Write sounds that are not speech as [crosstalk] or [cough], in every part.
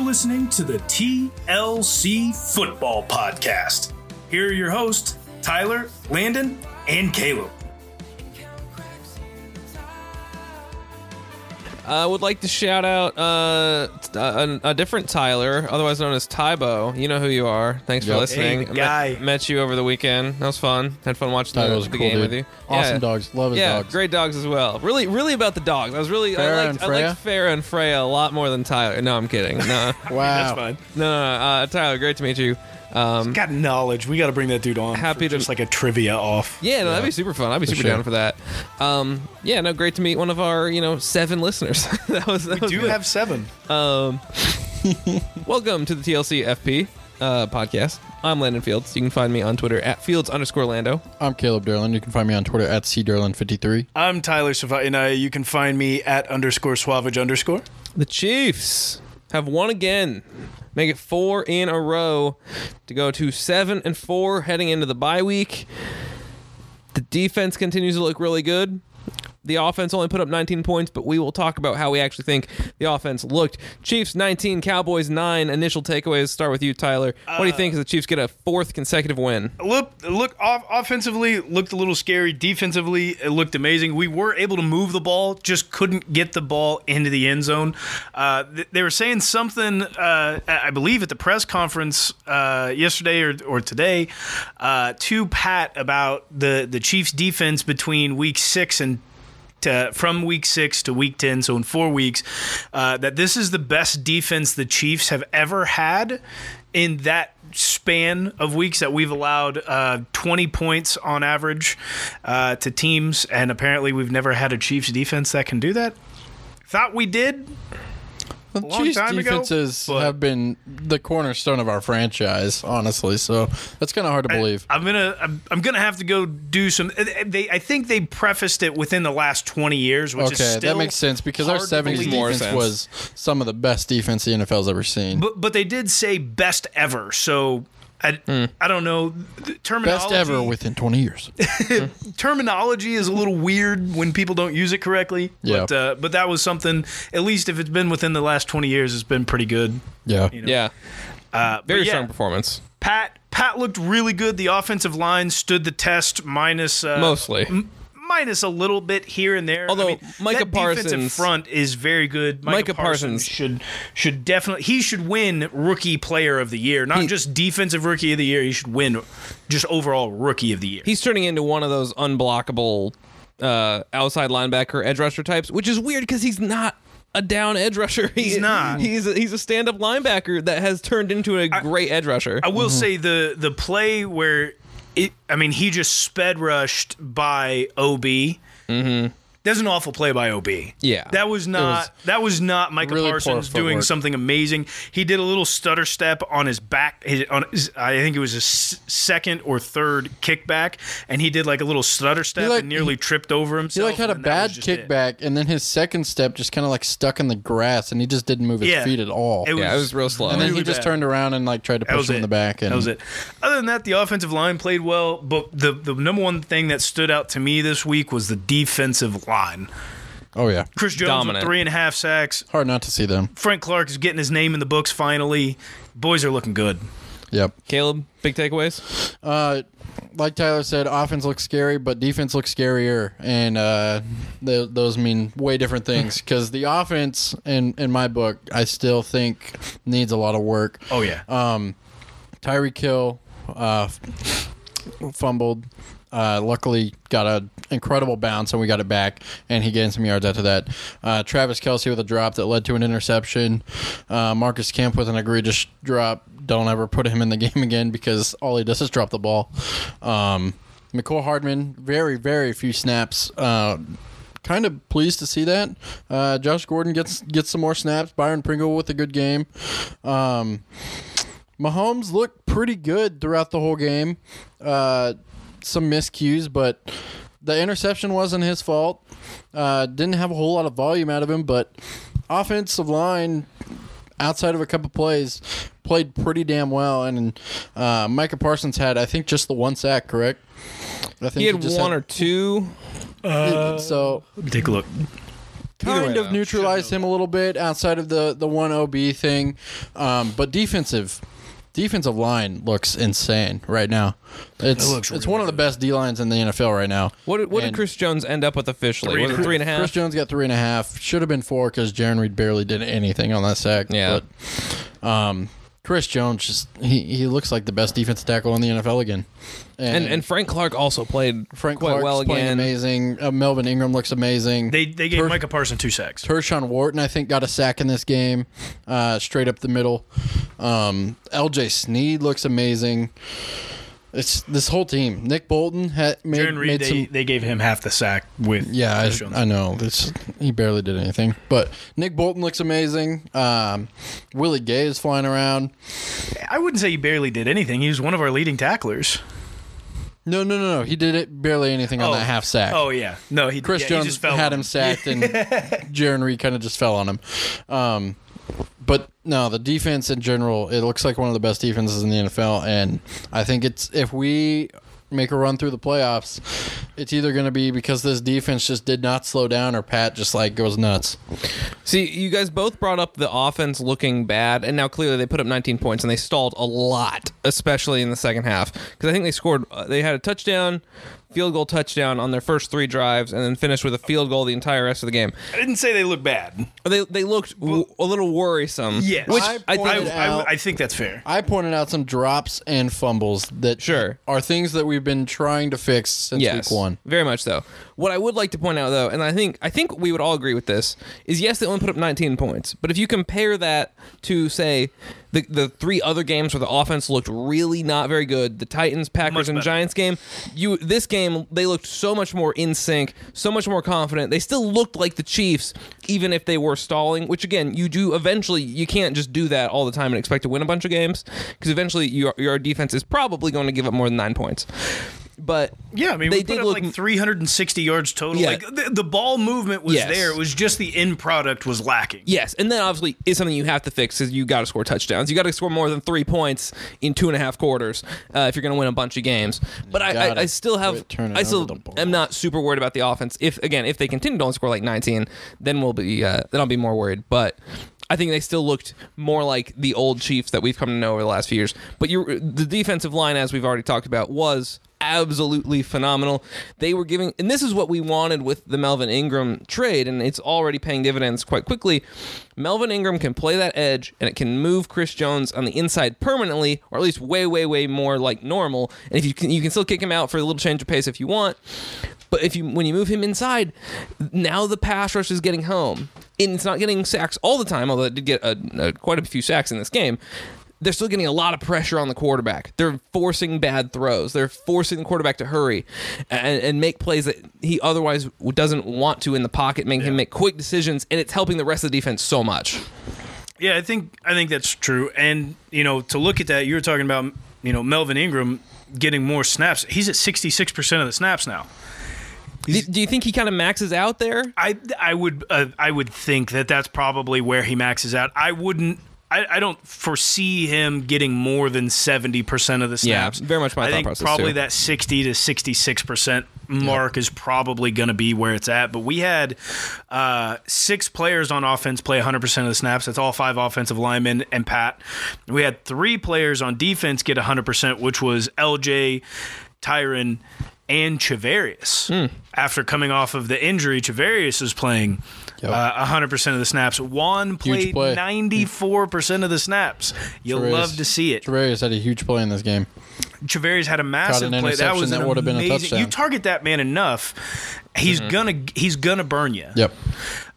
listening to the TLC Football Podcast. Here are your hosts, Tyler, Landon, and Caleb. I would like to shout out uh, t- a, a different Tyler, otherwise known as Tybo. You know who you are. Thanks Yep. for listening. Hey, the I guy. Met, met you over the weekend. That was fun. Had fun watching Tyler the, was a the cool game dude. with you. Awesome Yeah. dogs. Love his yeah, dogs. great dogs as well. Really, really about the dogs. I was really Farrah I liked and I liked Farrah and Freya a lot more than Tyler. No, I'm kidding. [laughs] No, Wow. no, no, no. Uh, Tyler, great to meet you. Um, Got knowledge. We got to bring that dude on. Happy for to- just like a trivia off. yeah, no, that'd be super fun. I'd be super sure. down for that. Um, yeah, no, great to meet one of our you know seven listeners. [laughs] that was that was Do you good. have seven? Welcome to the TLC FP uh, podcast. I'm Landon Fields. You can find me on Twitter at Fields underscore Lando. I'm Caleb Derlin. You can find me on Twitter at cderlin53. I'm Tyler Savage, and uh, you can find me at underscore suavage underscore. The Chiefs have won again. Make it four in a row to go to seven and four heading into the bye week. The defense continues to look really good. The offense only put up 19 points, but we will talk about how we actually think the offense looked. Chiefs 19, Cowboys 9. Initial takeaways start with you, Tyler. What do Uh, you think as the Chiefs get a fourth consecutive win? Look, look. Off, offensively, looked a little scary. Defensively, it looked amazing. We were able to move the ball, just couldn't get the ball into the end zone. Uh, th- they were saying something, uh, I I believe, at the press conference uh, yesterday or, or today, uh, to Pat about the the Chiefs' defense between week six and to, from week six to week 10, so in four weeks, uh, that this is the best defense the Chiefs have ever had in that span of weeks that we've allowed uh, 20 points on average uh, to teams. And apparently, we've never had a Chiefs defense that can do that. Thought we did. The long Chiefs time ago, defenses but- have been the cornerstone of our franchise, honestly. So that's kind of hard to believe. I'm gonna I'm, I'm gonna have to go do some. They I think they prefaced it within the last 20 years, which is okay, still that makes sense because our hard to 70s believe. More defense sense. was some of the best defense the NFL's ever seen. But but they did say best ever. So Oh, I, I don't know The terminology. Hmm. best ever within 20 [laughs] years. terminology is a little weird when people don't use it correctly. Yeah. But, uh, but that was something. At least if it's been within the last twenty years, it's been pretty good. yeah. Yeah. Uh, but Very yeah, strong performance. Pat Pat looked really good. The offensive line stood the test, minus uh, Mostly. m- minus a little bit here and there. Although I mean, Micah that defensive Parsons- front is very good. Micah, Micah Parsons, Parsons- should should definitely he should win rookie player of the year, not just defensive rookie of the year. He should win just overall rookie of the year. he's turning into one of those unblockable uh, outside linebacker edge rusher types, which is weird because he's not a down edge rusher. He- He's not. He's a, he's a stand up linebacker that has turned into a great edge rusher. I will say the the play where it, I mean, he just sped rushed by OB. Mm-hmm. That's an awful play by OB. Yeah. that was not that was not Micah really poor Parsons doing footwork. something amazing. He did a little stutter step on his back. His, on his, I think it was his s- second or third kickback, and he did like a little stutter step like- and nearly tripped over He himself. like had a and that bad was just it. kickback, and then his second step just kind of like stuck in the grass, and he just didn't move his Yeah. feet at all. It yeah, it was real slow. and then really he just bad. turned around and like tried to push him in the back. And that was it. Other than that, the offensive line played well, but the the number one thing that stood out to me this week was the defensive line. Oh yeah, Chris Jones Dominant. with three and a half sacks. hard not to see them. Frank Clark is getting his name in the books finally. Boys are looking good. Yep. Caleb, big takeaways. Uh, like Tyler said, offense looks scary, but defense looks scarier, and uh, th- those mean way different [laughs] things. Because the offense, in in my book, I still think needs a lot of work. Oh yeah. Tyree Kill uh, fumbled. Uh, luckily, got an incredible bounce, and we got it back, and he gained some yards after that. Uh, Travis Kelsey with a drop that led to an interception. Uh, Marcus Kemp with an egregious drop. Don't ever put him in the [laughs] game again because all he does is drop the ball. Um, McCole Hardman, very, very few snaps. Uh, kind of pleased to see that. Uh, Josh Gordon gets gets some more snaps. Byron Pringle with a good game. Um, Mahomes looked pretty good throughout the whole game. Uh, some miscues, but the interception wasn't his fault. Uh, didn't have a whole lot of volume out of him, but offensive line, outside of a couple plays, played pretty damn well. And uh, Micah Parsons had, I think, just the one sack, correct? I think He had just one or two. so Take a look. Either way, kind though, of neutralized him a little bit outside of the the one OB thing, um, but defensive. Defensive line looks insane right now. It's looks it's really one of the best D lines in the NFL right now. What, did- what did And- Chris Jones end up with officially? was it three and a half? Chris Jones got three and a half. Should have been four because Jaron Reed barely did anything on that sack. Yeah. But, um, Chris Jones just he, he looks like the best defensive tackle in the NFL again. and and Frank Clark also played Frank quite Clark's well playing again. amazing. Uh, Melvin Ingram looks amazing. They they gave Tur- Micah Parsons two sacks. Tershawn Wharton, I think, got a sack in this game, uh, straight up the middle. Um, LJ Sneed looks amazing. It's this whole team. Nick Bolton had made, Jaron Reed, made they, some. they gave him half the sack with Yeah, Chris Jones. I, I know. This he barely did anything, but Nick Bolton looks amazing. Um, Willie Gay is flying around. I wouldn't say he barely did anything. He was one of our leading tacklers. No, no, no, no. He did it barely anything on that half sack. Oh yeah, no, he Chris yeah, Jones he just fell had on him [laughs] sacked, and Jaron Reed kind of just fell on him. Um, but no, the defense in general, it looks like one of the best defenses in the NFL, and I think it's if we make a run through the playoffs, it's either going to be because this defense just did not slow down, or Pat just like goes nuts. See, you guys both brought up the offense looking bad, and now clearly they put up 19 points and they stalled a lot, especially in the second half. Because I think they scored, uh, they had a touchdown, field goal touchdown on their first three drives, and then finished with a field goal the entire rest of the game. I didn't say they look bad. They they looked w- a little worrisome. Yes, which I I, pointed think. out- I, I, I think that's fair. I pointed out some drops and fumbles that Sure. are things that we've been trying to fix since Yes, week one. very much so. What I would like to point out, though, and I think I think we would all agree with this, is yes, they only put up 19 points, but if you compare that to say the the three other games where the offense looked really not very good, the Titans, Packers, and better. Giants game, you this game they looked so much more in sync, so much more confident. They still looked like the Chiefs, even if they were stalling. Which again, you do eventually. You can't just do that all the time and expect to win a bunch of games because eventually your your defense is probably going to give up more than nine points. But Yeah, I mean, they we put did up look like 360 yards total. Yeah. Like the, the ball movement was Yes. there. It was just the end product was lacking. Yes, and then obviously is something you have to fix is you got to score touchdowns. You got to score more than three points in two and a half quarters uh, if you're going to win a bunch of games. But I, gotta I, I still have quit turning I over still the ball. am not super worried about the offense. If again if they continue to only score like 19, then we'll be uh, then I'll be more worried. But I think they still looked more like the old Chiefs that we've come to know over the last few years. But you the defensive line, as we've already talked about, was absolutely phenomenal. They were giving, and this is what we wanted with the Melvin Ingram trade, and it's already paying dividends quite quickly. Melvin Ingram can play that edge, and it can move Chris Jones on the inside permanently, or at least way, way, way more like normal. And if you can, you can still kick him out for a little change of pace if you want. But if you when you move him inside, now the pass rush is getting home, and it's not getting sacks all the time. Although it did get a, a, quite a few sacks in this game they're still getting a lot of pressure on the quarterback. They're forcing bad throws. They're forcing the quarterback to hurry and, and make plays that he otherwise w- doesn't want to in the pocket, making him make quick decisions, and it's helping the rest of the defense so much. Yeah, I think I think that's true. And you know, to look at that, you were talking about you know Melvin Ingram getting more snaps. He's at 66 percent of the snaps now. Do, do you think he kind of maxes out there? I I would uh, I would think that that's probably where he maxes out. I wouldn't. I, I don't foresee him getting more than seventy percent of the Yeah, snaps. very much my I thought think process, probably too. that sixty to sixty-six percent mark is probably going to be where it's at. But we had uh, six players on offense play hundred percent of the snaps. That's all five offensive linemen and Pat. We had three players on defense get hundred percent, which was LJ, Tyron, and Chavarius. Hmm. After coming off of the injury, Chavarius is playing uh, 100% of the snaps. Juan played play. 94% of the snaps. You'll Treverius- love to see it. Travarius had a huge play in this game. Chavarius had a massive Caught play. an That interception was an that would've been a amazing. touchdown. Mm-hmm. You target that man enough, he's gonna he's gonna burn you. Yep.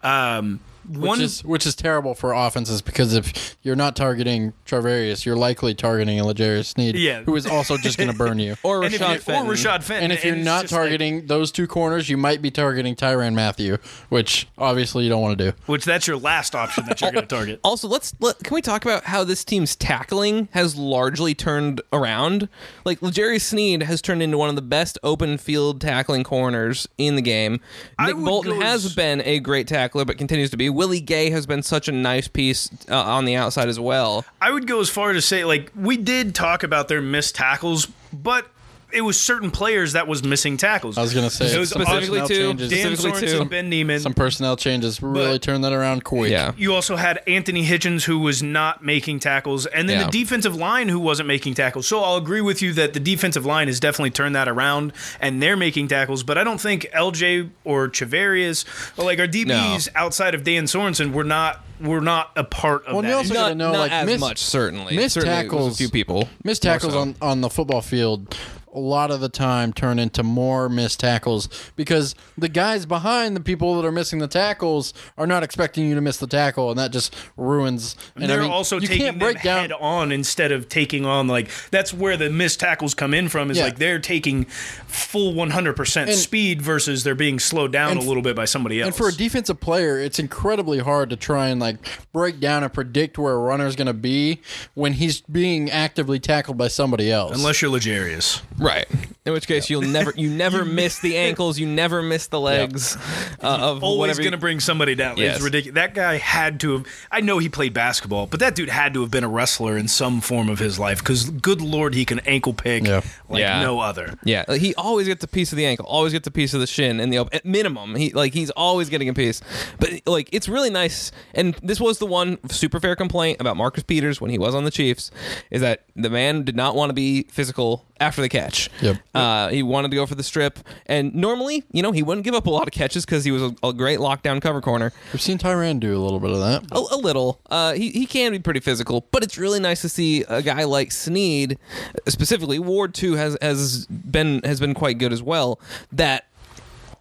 Um, one which is which is terrible for offenses because if you're not targeting Travarius, you're likely targeting Legarius Sneed, Yeah. who is also just going to burn you. Or and if you- Rashad Fenton? or Rashad Fenton. and if you're it's not just like- targeting those two corners, you might be targeting Tyran Matthew, which obviously you don't want to do. which that's your last option that [laughs] you're gonna target. Also, let's let, can we talk about how this team's tackling has largely turned around? Like Legere Sneed has turned into one of the best open field tackling corners in the game. I Nick would Bolton go has as- been a great tackler, but continues to be. Willie Gay has been such a nice piece uh, on the outside as well. I would go as far to say like we did talk about their missed tackles, but it was certain players that was missing tackles. I was gonna say It was Specifically personnel two. changes. Dan Specifically Sorensen, two. Ben Neiman. some personnel changes really But- turned that around quick. Yeah. you also had Anthony Hitchens who was not making tackles, and then Yeah. the defensive line who wasn't making tackles. So I'll agree with you that the defensive line has definitely turned that around, and they're making tackles. But I don't think LJ or Chavarius, or like our DBs outside of Dan Sorensen, were not were not a part of Well, that. you also issue. gotta Not, know, not like, as missed- much, certainly. missed Certainly it was tackles- a few people. Missed tackles More so. on, on the football field a lot of the time turn into more missed tackles because the guys behind the people that are missing the tackles are not expecting you to miss the tackle and that just ruins and they're I mean, also you taking can't break them down head on instead of taking on like that's where the missed tackles come in from is Yeah. like they're taking full 100% speed versus they're being slowed down a little bit by somebody else. And for a defensive player, it's incredibly hard to try and like break down and predict where a runner's going to be when he's being actively tackled by somebody else. unless you're Legarius. Right. In which case, you'll never you [laughs] never miss the ankles, you never miss the legs uh, of always whatever. going to bring somebody down. Yes. It's ridiculous. That guy had to have. I know he played basketball, but that dude had to have been a wrestler in some form of his life because, good lord, he can ankle pick Yeah. like Yeah. no other. yeah, like, he always gets a piece of the ankle, always gets a piece of the shin, and the op- at minimum, he like he's always getting a piece. But like it's really nice, and this was the one super fair complaint about Marcus Peters when he was on the Chiefs, is that the man did not want to be physical after the catch. Yep. Uh, he wanted to go for the strip, and normally, you know, he wouldn't give up a lot of catches because he was a, a great lockdown cover corner. We've seen Tyran do a little bit of that. a, a little. Uh, he, he can be pretty physical, but it's really nice to see a guy like Sneed, specifically Ward Two has has been has been quite good as well. That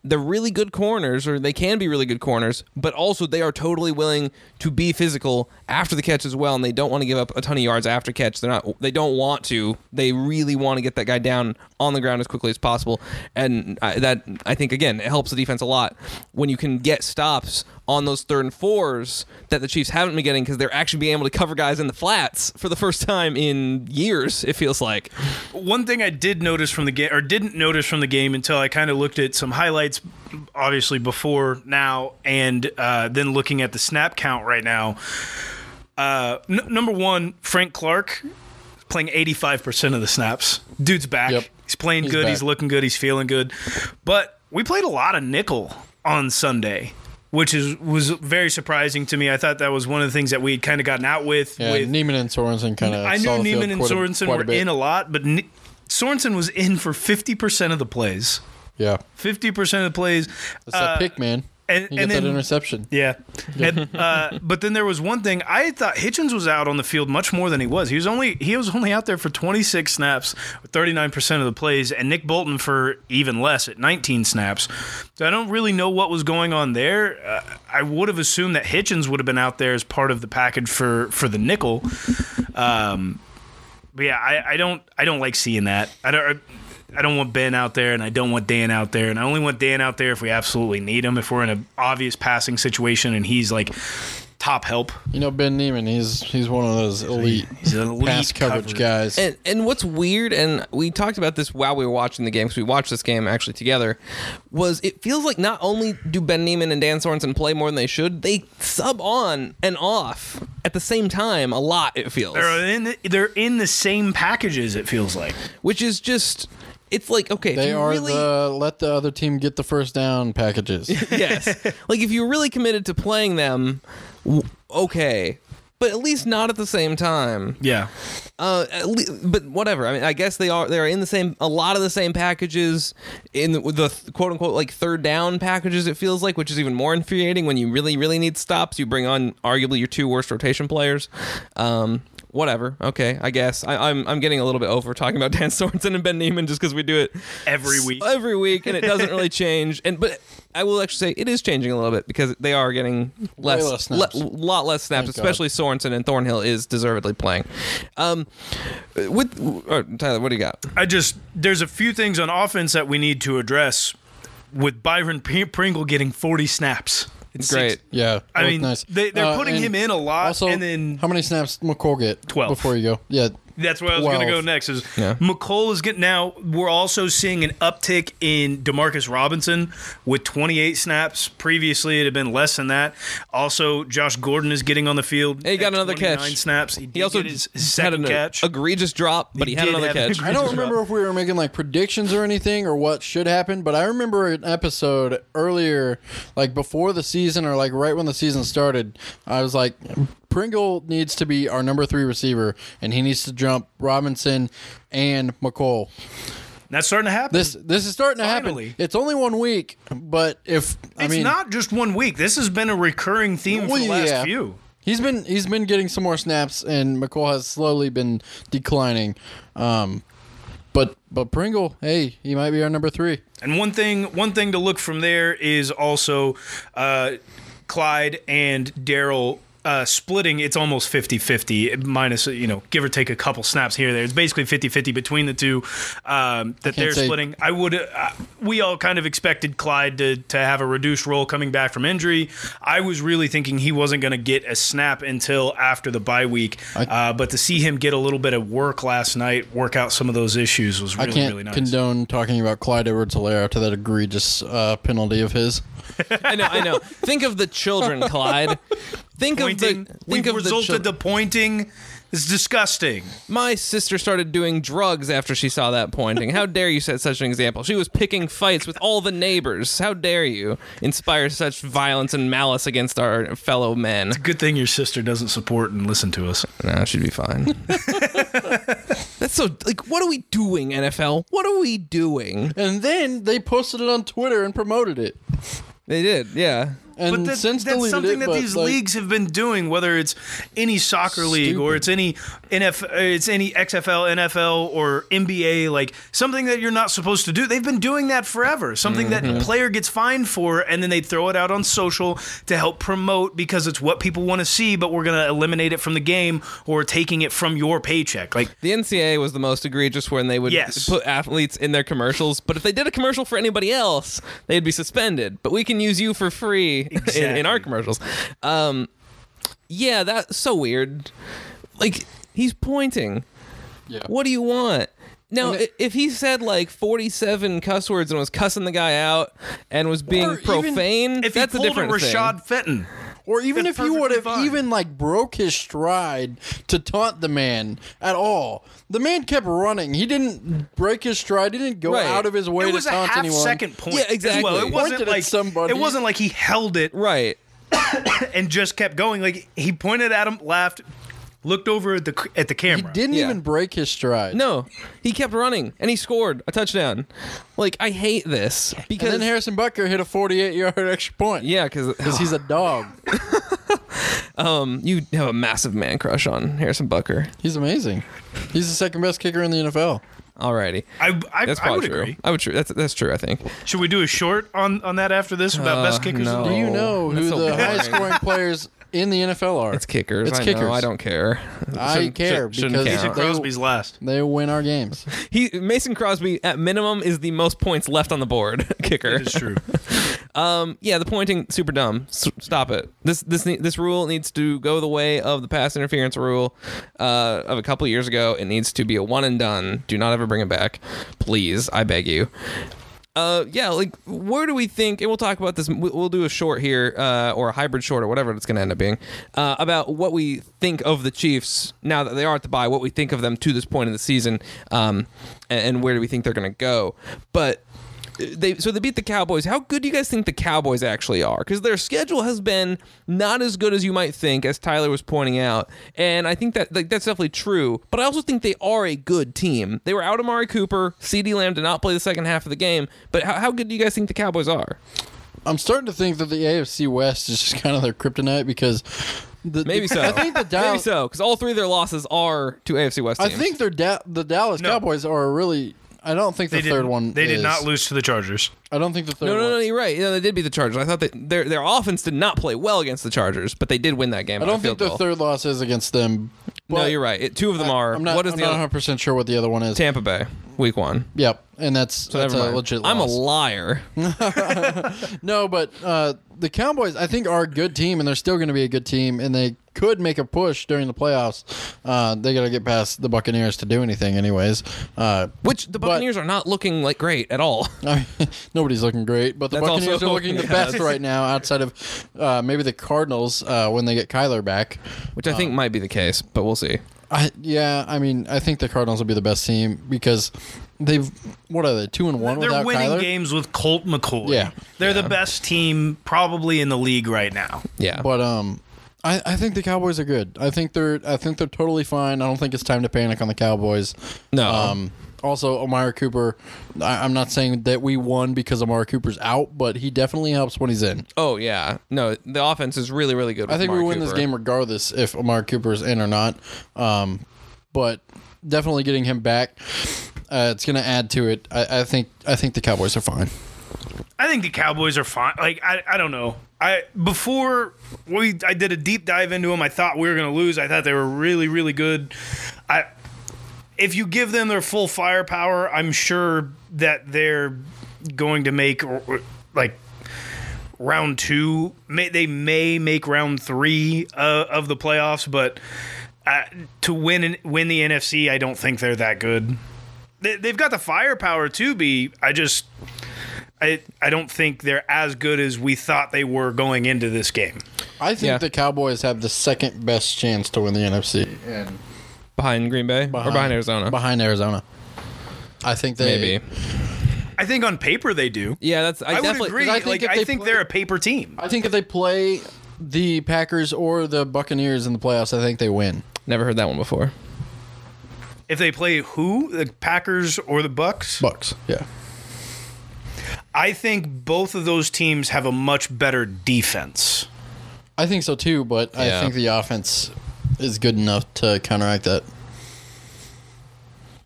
they're really good corners, or they can be really good corners, but also they are totally willing to be physical after the catch as well, and they don't want to give up a ton of yards after catch. They're not. They don't want to. They really want to get that guy down on the ground as quickly as possible, and I, that I think again it helps the defense a lot when you can get stops on those third and fours that the Chiefs haven't been getting because they're actually being able to cover guys in the flats for the first time in years. It feels like. One thing I did notice from the game, or didn't notice from the game until I kind of looked at some highlights, obviously before now, and uh, then looking at the snap count right now. Uh, n- number one, Frank Clark playing 85% of the snaps. Dude's back. Yep. He's playing He's good. back. He's looking good. He's feeling good. But we played a lot of nickel on Sunday. Which is was very surprising to me. I thought that was one of the things that we had kind of gotten out with. Yeah, with Neiman and Sorensen kind of. I knew Neiman and Sorensen quite were a bit. in a lot, but Ni- Sorensen was in for fifty percent of the plays. yeah, Fifty percent of the plays. it's Uh, that pick man. and- you and get that then- interception. yeah, And, uh, but then there was one thing I thought Hitchens was out on the field much more than he was. He was only he was only out there for 26 snaps, 39 percent of the plays, and Nick Bolton for even less at 19 snaps. So I don't really know what was going on there. Uh, I would have assumed that Hitchens would have been out there as part of the package for for the nickel. Um, but yeah, I, I don't I don't like seeing that. I don't. I don't want Ben out there, and I don't want Dan out there, and I only want Dan out there if we absolutely need him. If we're in an obvious passing situation and he's like top help, You know Ben Neiman, he's he's one of those elite, he's an elite pass coverage, coverage. guys. And and what's weird, and we talked about this while we were watching the game because we watched this game actually together, was it feels like not only do Ben Neiman and Dan Sorensen play more than they should, they sub on and off at the same time a lot. It feels they're in the, they're in the same packages. It feels like which is just it's like okay, if they you are really, the let the other team get the first [laughs] down packages. [laughs] yes. Like if you're really committed to playing them, w- okay, but at least not at the same time. yeah. Uh, at le- but whatever. I mean, I guess they are they are in the same a lot of the same packages in the, the quote unquote like third down packages. It feels like, which is even more infuriating when you really really need stops. You bring on arguably your two worst rotation players. Um, whatever. Okay, I guess I, I'm I'm getting a little bit over talking about [laughs] Dan Sorensen and Ben Neiman just because we do it Every s- week. every week, and it doesn't [laughs] really change. And but I will actually say it is changing a little bit because they are getting less, less snaps. le- lot less snaps, Thank God. especially Sorensen and Thornhill is deservedly playing. Um, with or, Tyler, what do you got? I just there's a few things on offense that we need to address with Byron P- Pringle getting 40 snaps. It's Great. six- Yeah, I both mean, nice. Uh, they- they're putting and him in a lot, Also, and then- how many snaps McCoy get? 12. before you go. Yeah, that's where I was going to go Twelve. next. Is Yeah. McColl is getting now. We're also seeing an uptick in Demarcus Robinson with 28 snaps. Previously, it had been less than that. Also, Josh Gordon is getting on the field. He got at another catch. 29 Snaps. He, He also also his had second an catch. egregious drop, but he, He had did another have an catch. egregious- I don't remember if we were making like predictions or anything or what should happen, but I remember an episode earlier, like before the season or like right when the season started. I was like, Pringle needs to be our number three receiver, and he needs to jump Robinson and McColl. That's starting to happen. This this is starting to Finally. happen. It's only one week, but if I it's mean, not just one week. This has been a recurring theme for Well, the last yeah. few. He's been he's been getting some more snaps, and McCall has slowly been declining. Um, but but Pringle, hey, he might be our number three. And one thing, one thing to look from there is also uh, Clyde and Daryl uh, splitting. It's almost 50-50, minus you know, give or take a couple snaps here or there. It's basically 50-50 between the two um, that they're say- splitting. I would. Uh, we all kind of expected Clyde to to have a reduced role coming back from injury. I was really thinking he wasn't going to get a snap until after the bye week. uh, but to see him get a little bit of work last night, work out some of those issues was I really can't really nice. condone talking about Clyde edwards hilaire to that egregious uh, penalty of his. I know, I know. Think of [laughs] the children, Clyde. Think pointing. of the think We've of the resulted children. to pointing. It's disgusting. My sister started doing drugs after she saw that pointing. How dare you set such an example? She was picking fights with all the neighbors. How dare you inspire such violence and malice against our fellow men? Good thing your sister doesn't support and listen to us. Nah, she'd be fine. [laughs] That's so like what are we doing, NFL? What are we doing? And then they posted it on Twitter and promoted it. They did, yeah. And but that- since that's deleted something it, that but, these like, leagues have been doing, whether it's any soccer league or it's any NF, uh, it's any XFL, NFL, or NBA. Like something that you're not supposed to do. They've been doing that forever. Something Mm-hmm. that player gets fined for, and then they throw it out on social to help promote because it's what people want to see. But we're gonna eliminate it from the game or taking it from your paycheck. Like The NCAA was the most egregious when they would Yes. put athletes in their commercials, but if they did a commercial for anybody else, they'd be suspended. But we can use you for free [laughs] in, in our Exactly. commercials. Um, yeah, that's so weird. Like he's pointing. Yeah. What do you want? Now, And it- i- if he said like forty-seven cuss words and was cussing the guy out and was being Or even profane, if that's he a pulled a, different thing. Rashad Fenton. or even if That's he would have perfectly fine. even like broke his stride to taunt the man at all, the man kept running. He didn't break his stride. He didn't go Right. out of his way it was to a taunt half anyone. second point. Yeah, as exactly. Well, it He wasn't pointed at like somebody. It wasn't like he held it Right. and just kept going. Like he pointed at him, laughed, looked over at the at the He camera. didn't Yeah. even break his stride. No, he kept running and he scored a touchdown. Like I hate this And because then Harrison Butker hit a 48 yard [laughs] extra point. yeah, because Because he's a dog. [sighs] [laughs] um, you have a massive man crush on Harrison Bucker. He's amazing. He's the second best kicker in the NFL. Alrighty, I, I, that's I probably would true. agree. I would true. That's that's true. I think. Should we do a short on, on that after this about best Uh, kickers? in the no. Do league? you Oh, know that's who so the boring. highest scoring players in the NFL are? It's kickers. It's I know, kickers. I don't care. I Shouldn't- care should- shouldn't because- count. They- Crosby's last. They win our games. he Mason Crosby at minimum is the most points left on the board [laughs] kicker. It's true. Um, Yeah, the pointing super dumb. S- stop it. This this ne- this rule needs to go the way of the pass interference rule uh, of a couple years ago. It needs to be a one and done. Do not ever bring it back, please. I beg you. Uh, yeah, like where do we think? And we'll talk about this. we- We'll do a short here, uh, or a hybrid short, or whatever it's going to end up being, uh, about what we think of the Chiefs now that they are at the bye. What we think of them to this point in the season, um, and, and where do we think they're going to go? But uh, they so they beat the Cowboys. How good do you guys think the Cowboys actually are? Because their schedule has been not as good as you might think, as Tyler was pointing out, and I think that like, that's definitely true. But I also think they are a good team. They were out Amari Cooper, C.D. Lamb did not play the second half of the game. But how, how good do you guys think the Cowboys are? I'm starting to think that the AFC West is just kind of their kryptonite because the, Maybe so. I think the Dow- [laughs] Maybe so, because all three of their losses are to AFC West I teams. think their da- the Dallas Cowboys are really. I don't think the They third did, one. They did is. not lose to the Chargers. I don't think the third No, no, no, one. you're right. Yeah, they did beat the Chargers. I thought that their their offense did not play well against the Chargers, but they did win that game. I by a don't field think the goal. third loss is against them. No, but you're right. It, two of them are. I'm not. what is I'm the not other? 100 percent sure what the other one is. Tampa Bay, week one. Yep, and that's, that's Never a mind. legit. I'm a loss. liar. No, but uh, the Cowboys, I think, are a good team, and they're still going to be a good team, and they could make a push during the playoffs. Uh, they got to get past the Buccaneers to do anything, anyways. Uh, [laughs] Which the But- Buccaneers are not looking like great at all. [laughs] I mean, [laughs] nobody's looking great, but the That's Buccaneers also- are looking the yeah, best that's- right now, outside of uh, maybe the Cardinals uh, when they get Kyler back. Which I think might be the case, but we'll see. I, yeah, I mean, I think the Cardinals will be the best team because they've what are they two and one They're without winning Kyler? games with Colt McCoy. Yeah. They're the best team probably in the league right now. Yeah. But um, I, I think the Cowboys are good. I think they're I think they're totally fine. I don't think it's time to panic on the Cowboys. No. Um, also, Amari Cooper. I, I'm not saying that we won because Amari Cooper's out, but he definitely helps when he's in. oh yeah. No, the offense is really really good. I think we win this game regardless if Amari Cooper is in or not. Um, but definitely getting him back, uh, it's going to add to it. I, I think I think the Cowboys are fine. I think the Cowboys are fine. Like I, I don't know. I before we I did a deep dive into them. I thought we were going to lose. I thought they were really really good. I if you give them their full firepower, I'm sure that they're going to make or- or, like round two. May, they may make round three uh, of the playoffs, but uh, to win an- win the NFC, I don't think they're that good. They, they've got the firepower to be. I just I I don't think they're as good as we thought they were going into this game. I think Yeah. the Cowboys have the second best chance to win the NFC and behind Green Bay or behind Arizona. Um, Behind Arizona, I think they Maybe. I think on paper they do. Yeah, that's I, I, would definitely agree. I I think think, like, if I they think play- they're a paper team. I think if they play the Packers or the Buccaneers in the playoffs, I think they win. Never heard that one before. If they play who, the Packers or the Bucks, Bucks, yeah. I think both of those teams have a much better defense. I think so too, but I Yeah. think the offense is good enough to counteract that.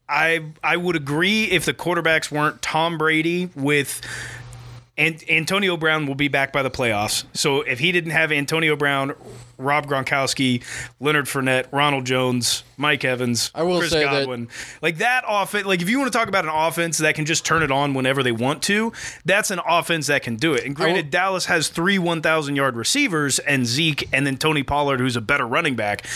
I I would agree if the quarterbacks weren't Tom Brady with and Antonio Brown will be back by the playoffs. So if he didn't have Antonio Brown, Rob Gronkowski, Leonard Fournette, Ronald Jones, Mike Evans, I will Chris say that- Godwin, like that offense, like if you want to talk about an offense that can just turn it on whenever they want to, that's an offense that can do it. And granted, Dallas has three 1,000 yard receivers and Zeke, and then Tony Pollard, who's a better running back.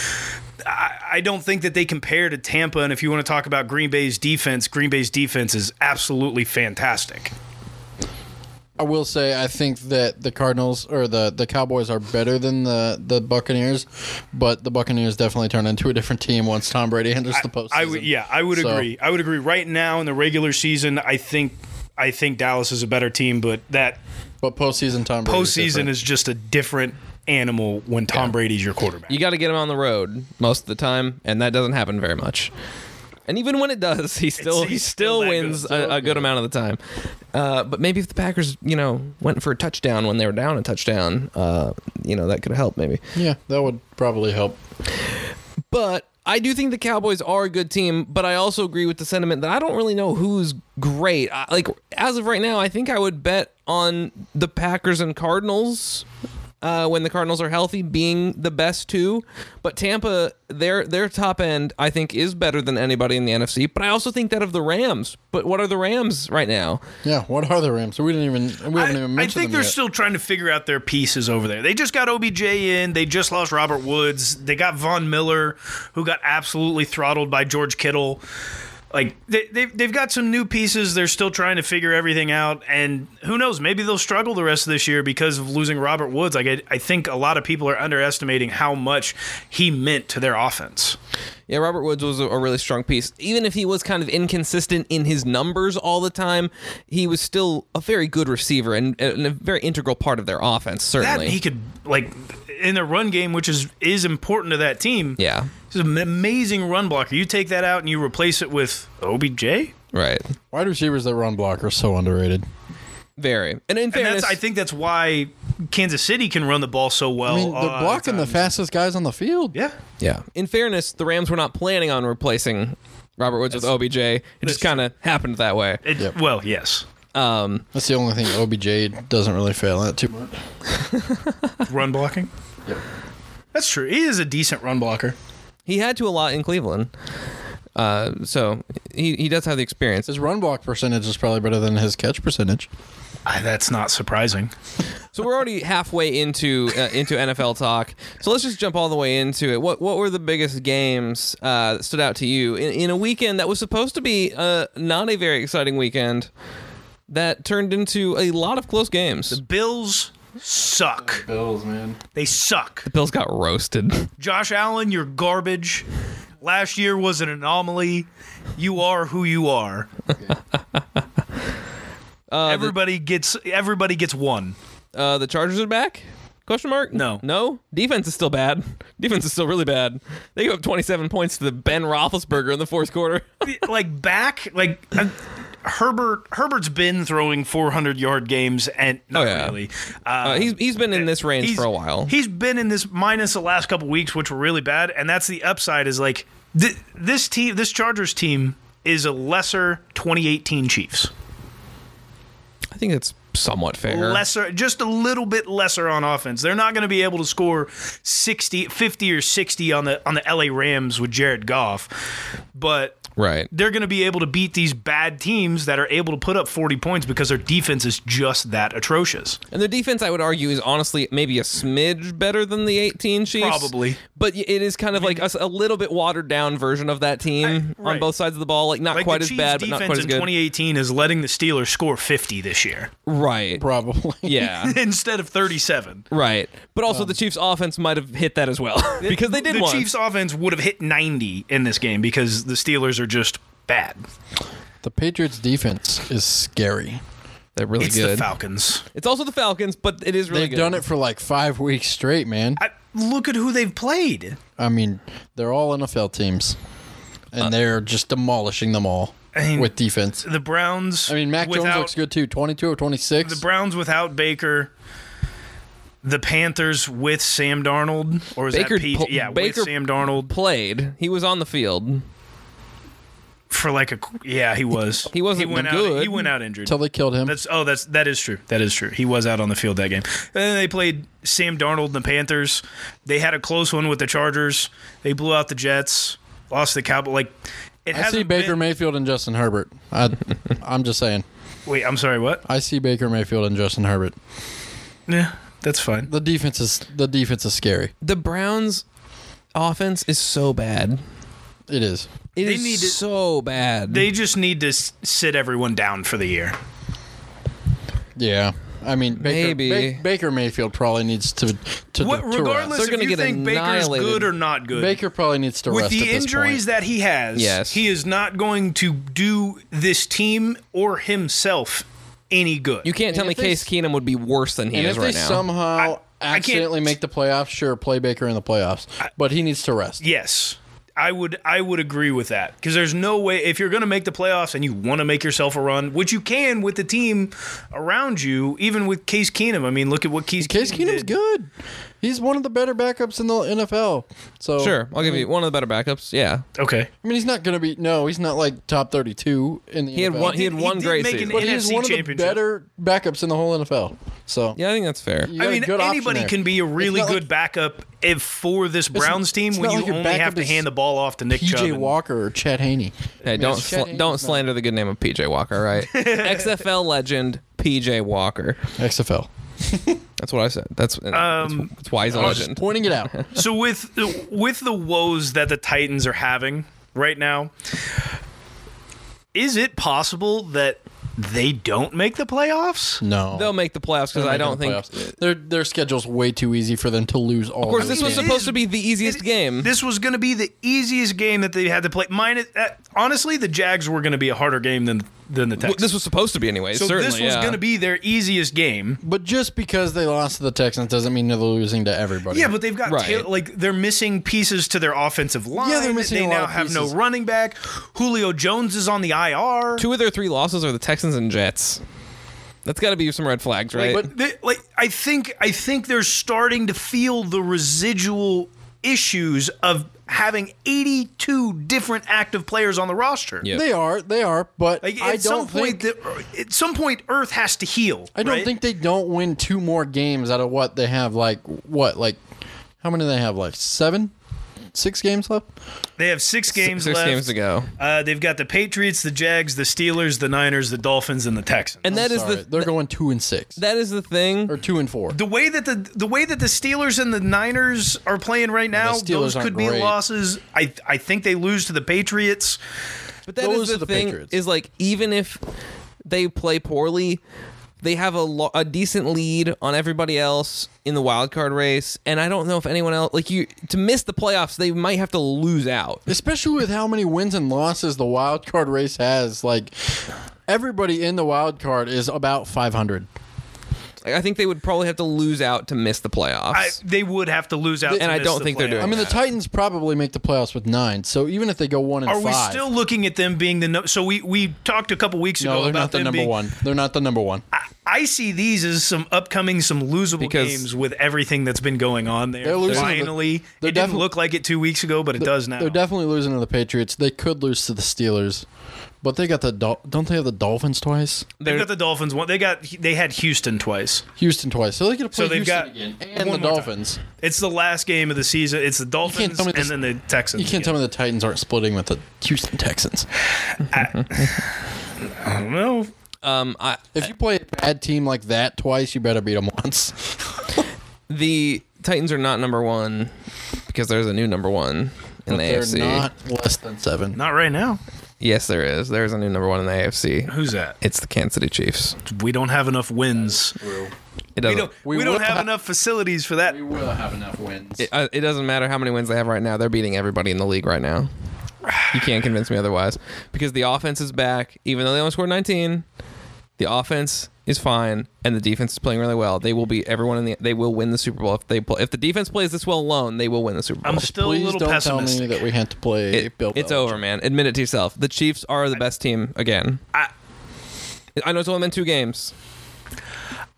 I don't think that they compare to Tampa. And if you want to talk about Green Bay's defense, Green Bay's defense is absolutely fantastic. I will say I think that the Cardinals or the, the Cowboys are better than the, the Buccaneers, but the Buccaneers definitely turn into a different team once Tom Brady enters the postseason. I would, yeah, I would So- agree. I would agree. Right now in the regular season, I think, I think Dallas is a better team, but that But postseason Tom Brady. postseason is just a different animal when Tom Brady's your quarterback. You got to get him on the road most of the time, and that doesn't happen very much. And even when it does, he still he's he still still that wins good. a, a good amount of the time. Uh, but maybe if the Packers, you know, went for a touchdown when they were down a touchdown, uh, you know, that could help maybe. Yeah, that would probably help. But I do think the Cowboys are a good team, but I also agree with the sentiment that I don't really know who's great. I, like as of right now, I think I would bet on the Packers and Cardinals uh, when the Cardinals are healthy being the best two. But Tampa, their their top end, I think, is better than anybody in the NFC. But I also think that of the Rams. But what are the Rams right now? Yeah, what are the Rams? We didn't even we haven't I- even I, mentioned think them they're yet. still trying to figure out their pieces over there. They just got OBJ in. They just lost Robert Woods. They got Von Miller, who got absolutely throttled by George Kittle. Like they, they've they've got some new pieces. They're still trying to figure everything out, and who knows? Maybe they'll struggle the rest of this year because of losing Robert Woods. Like I, I think a lot of people are underestimating how much he meant to their offense. Yeah, Robert Woods was a, a really strong piece. Even if he was kind of inconsistent in his numbers all the time, he was still a very good receiver and, and a very integral part of their offense, That certainly. he could like in the run game, which is is important to that team. yeah, He's an amazing run blocker. You take that out and you replace it with OBJ. right. wide receivers that run block are so underrated. Very. And in And fairness, that's, I think that's why Kansas City can run the ball so well. I mean, they're uh, blocking the fastest guys on the field. Yeah. yeah. In fairness, the Rams were not planning on replacing Robert Woods with OBJ. It just kind of happened that way. It, Well, yes. That's the only thing OBJ doesn't really fail at too much. Run blocking. That's true. He is a decent run blocker. He had to a lot in Cleveland. Uh, so he, he does have the experience. His run block percentage is probably better than his catch percentage. Ah, that's not surprising. So we're already halfway into uh, into NFL talk. So let's just jump all the way into it. What what were the biggest games uh, that stood out to you in, in a weekend that was supposed to be uh, not a very exciting weekend that turned into a lot of close games? The Bills suck. Bills, man. They suck. Bills got roasted. Josh Allen, you're garbage. Last year was an anomaly. You are who you are. everybody gets everybody gets one. [laughs] Uh, the Chargers are back? Question mark? No. No. Defense is still bad. Defense is still really bad. They gave up 27 points to the Ben Roethlisberger in the fourth [laughs] quarter. like back, like I'm- Herbert. Herbert's been throwing 400 yard games, and not Oh, yeah. really. Uh, he's he's been in this range He's- for a while. He's been in this minus the last couple weeks, which were really bad, and that's the upside is like th- this team, this Chargers team is a lesser 2018 Chiefs. I think it's somewhat fair. Lesser, just a little bit lesser on offense. They're not going to be able to score 60, 50 or 60 on the on the LA Rams with Jared Goff. But right. they're going to be able to beat these bad teams that are able to put up 40 points because their defense is just that atrocious. And their defense, I would argue, is honestly maybe a smidge better than the 18 Chiefs. Probably. But y- it is kind of like us a little bit watered down version of that team I- right. on both sides of the ball. Like not Like quite the as Chiefs' bad, but defense not quite as in good. 2018 is letting the Steelers score 50 this year. [laughs] Right. Probably. Yeah. instead of 37. right. But also the Chiefs' offense might have hit that as well [laughs] because they did Um, The once. Chiefs offense would have hit 90 in this game because the Steelers are just bad. [laughs] The Patriots defense is scary. They're really It's the good. Falcons. It's also the Falcons, but it is really They've good. done it for like five weeks straight, man. I, look at who they've played. I mean, they're all NFL teams, and they're just demolishing them all mean- with defense. The Browns. I mean, Mac Jones looks good too. Twenty-two or twenty-six. The Browns without Baker. The Panthers with Sam Darnold, or is Baker that Pete? pu- yeah, Baker- with Sam Darnold Played. He was on the field. for like a qu- yeah, he was. [laughs] He wasn't he went Out, good. he went out injured. Until they killed him. That's oh, that's that is true. That is true. He was out on the field that game. And then they played Sam Darnold and the Panthers. They had a close one with the Chargers. They blew out the Jets. Lost the Cowboys. Like it I see hasn't Baker been- Mayfield and Justin Herbert. I, [laughs] I'm just saying. Wait, I'm sorry. What? I see Baker Mayfield and Justin Herbert. Yeah, that's fine. The defense is the defense is scary. The Browns' offense is so bad. It is. It is They need to- so bad. They just need to s- sit everyone down for the year. Yeah. I mean, Baker, Maybe. Ba- Baker Mayfield probably needs to to, What, to rest. regardless They're if gonna you get think Baker's annihilated. good or not good, Baker probably needs to with rest the at this injuries point. that he has, Yes. he is not going to do this team or himself any good. you can't tell me if they Case Keenum would be worse than he and is if right they now. somehow I can't- accidentally make the playoffs, sure, play Baker in the playoffs, but he needs to rest. Yes. I would I would agree with that because there's no way if you're going to make the playoffs and you want to make yourself a run, which you can with the team around you, even with Case Keenum. I mean, look at what Case Case Keenum Keenum's did. good. He's one of the better backups in the NFL. So Sure, I'll give you one of the better backups. Yeah, Okay, I mean, he's not going to be. No, he's not like top thirty-two in the. he had NFL, one. He had He one did great make an season. but he's NFC one of the championship. better backups in the whole NFL. So Yeah, I think that's fair. I you got a mean good option anybody there. can be a really not good like- backup if for this Browns team it's when not you like your only have backup to is hand the ball off to Nick Chubb. PJ and- Walker or Chad Haney. Hey, don't it's Chad sl- Haney, don't it's not- slander the good name of PJ Walker. [laughs] All right, XFL legend PJ Walker. XFL. That's what I said. That's that's- Um, that's, why oh, he's a legend. Pointing [laughs] it out. so with with the woes that the Titans are having right now, is it possible that they don't make the playoffs? No. They'll make the playoffs because I They're don't making think. the Of playoffs. their their schedule's way too easy for them to lose all. Of course, this was It supposed is- to be the easiest game. This was going to be the easiest game that they had to play. Minus, uh, honestly, the Jags were going to be a harder game than than the Well, Texans. This was supposed to be anyway. so certainly, this was yeah. going to be their easiest game. But just because they lost to the Texans doesn't mean they're losing to everybody. Yeah, but they've got Right. tail- like they're missing pieces to their offensive line. Yeah, they're missing They a lot now of have no pieces. running back. Julio Jones is on the IR. two of their three losses are the Texans and Jets. That's got to be some red flags, right? But they, like, I think I think they're starting to feel the residual issues of having 82 different active players on the roster. Yeah. they are. They are. But Like, at I some don't point, think. the, at some point, Earth has to heal. I don't right? think they don't win two more games out of what they have. Like what? Like how many do they have? Like seven, six six games left? They have six games Six left. games to go. Uh, they've got the Patriots, the Jags, the Steelers, the Niners, the Dolphins, and the Texans. And that is Sorry, the they're going two and six that is the thing. or two and four. the way that the the way that the Steelers and the Niners are playing right now, the Steelers those aren't could be great. losses. I I think they lose to the Patriots. But that is Those the, are the thing Patriots. is like even if they play poorly, they have a, lo- a decent lead on everybody else in the wild card race, and I don't know if anyone else like you to miss the playoffs, they might have to lose out. Especially with how many wins and losses the wild card race has, like everybody in the wild card is about 500. Like, I think they would probably have to lose out to miss the playoffs. I, they would have to lose out, to And I miss don't the think they're playoffs. doing I mean, the Titans probably make the playoffs with nine. So even if they go one and Are five, we still looking at them being the no- so we we talked a couple weeks no, ago they're about not the them number being- one. They're not the number one. I see these as some upcoming, some losable Because- games with everything that's been going on there. They're losing to the- Finally, they're it didn't defi- look like it two weeks ago, but it does now. They're definitely losing to the Patriots. They could lose to the Steelers, but they got the Dol- don't they have the Dolphins twice? They've got the Dolphins. One, they got they had Houston twice. Houston twice. So they could play So they've Houston got again and the one more time. Dolphins. It's the last game of the season. It's the Dolphins tell me and this- then the Texans. You can't tell me the Titans aren't splitting with the Houston Texans. I don't know. um, I, If you play a bad team like that twice, you better beat them once. [laughs] the Titans are not number one because there's a new number one in the They're AFC. not less than seven. Not right now. Yes, there is. There's a new number one in the AFC. Who's that? It's the Kansas City Chiefs. We don't have enough wins. It We doesn't. don't. We, We don't will have have- enough facilities for that. We will have enough wins. It, uh, it doesn't matter how many wins they have right now. They're beating everybody in the league right now. You can't convince me otherwise because the offense is back. Even though they only scored 19, the offense is fine and the defense is playing really well. They will beat everyone in the. They will win the Super Bowl if they play, if the defense plays this well alone. They will win the Super Bowl. I'm still a Please little don't tell pessimistic. me that we had to play It- Bill. it's Belichick. over, man. Admit it to yourself. The Chiefs are the best team again. I- I know it's only been two games.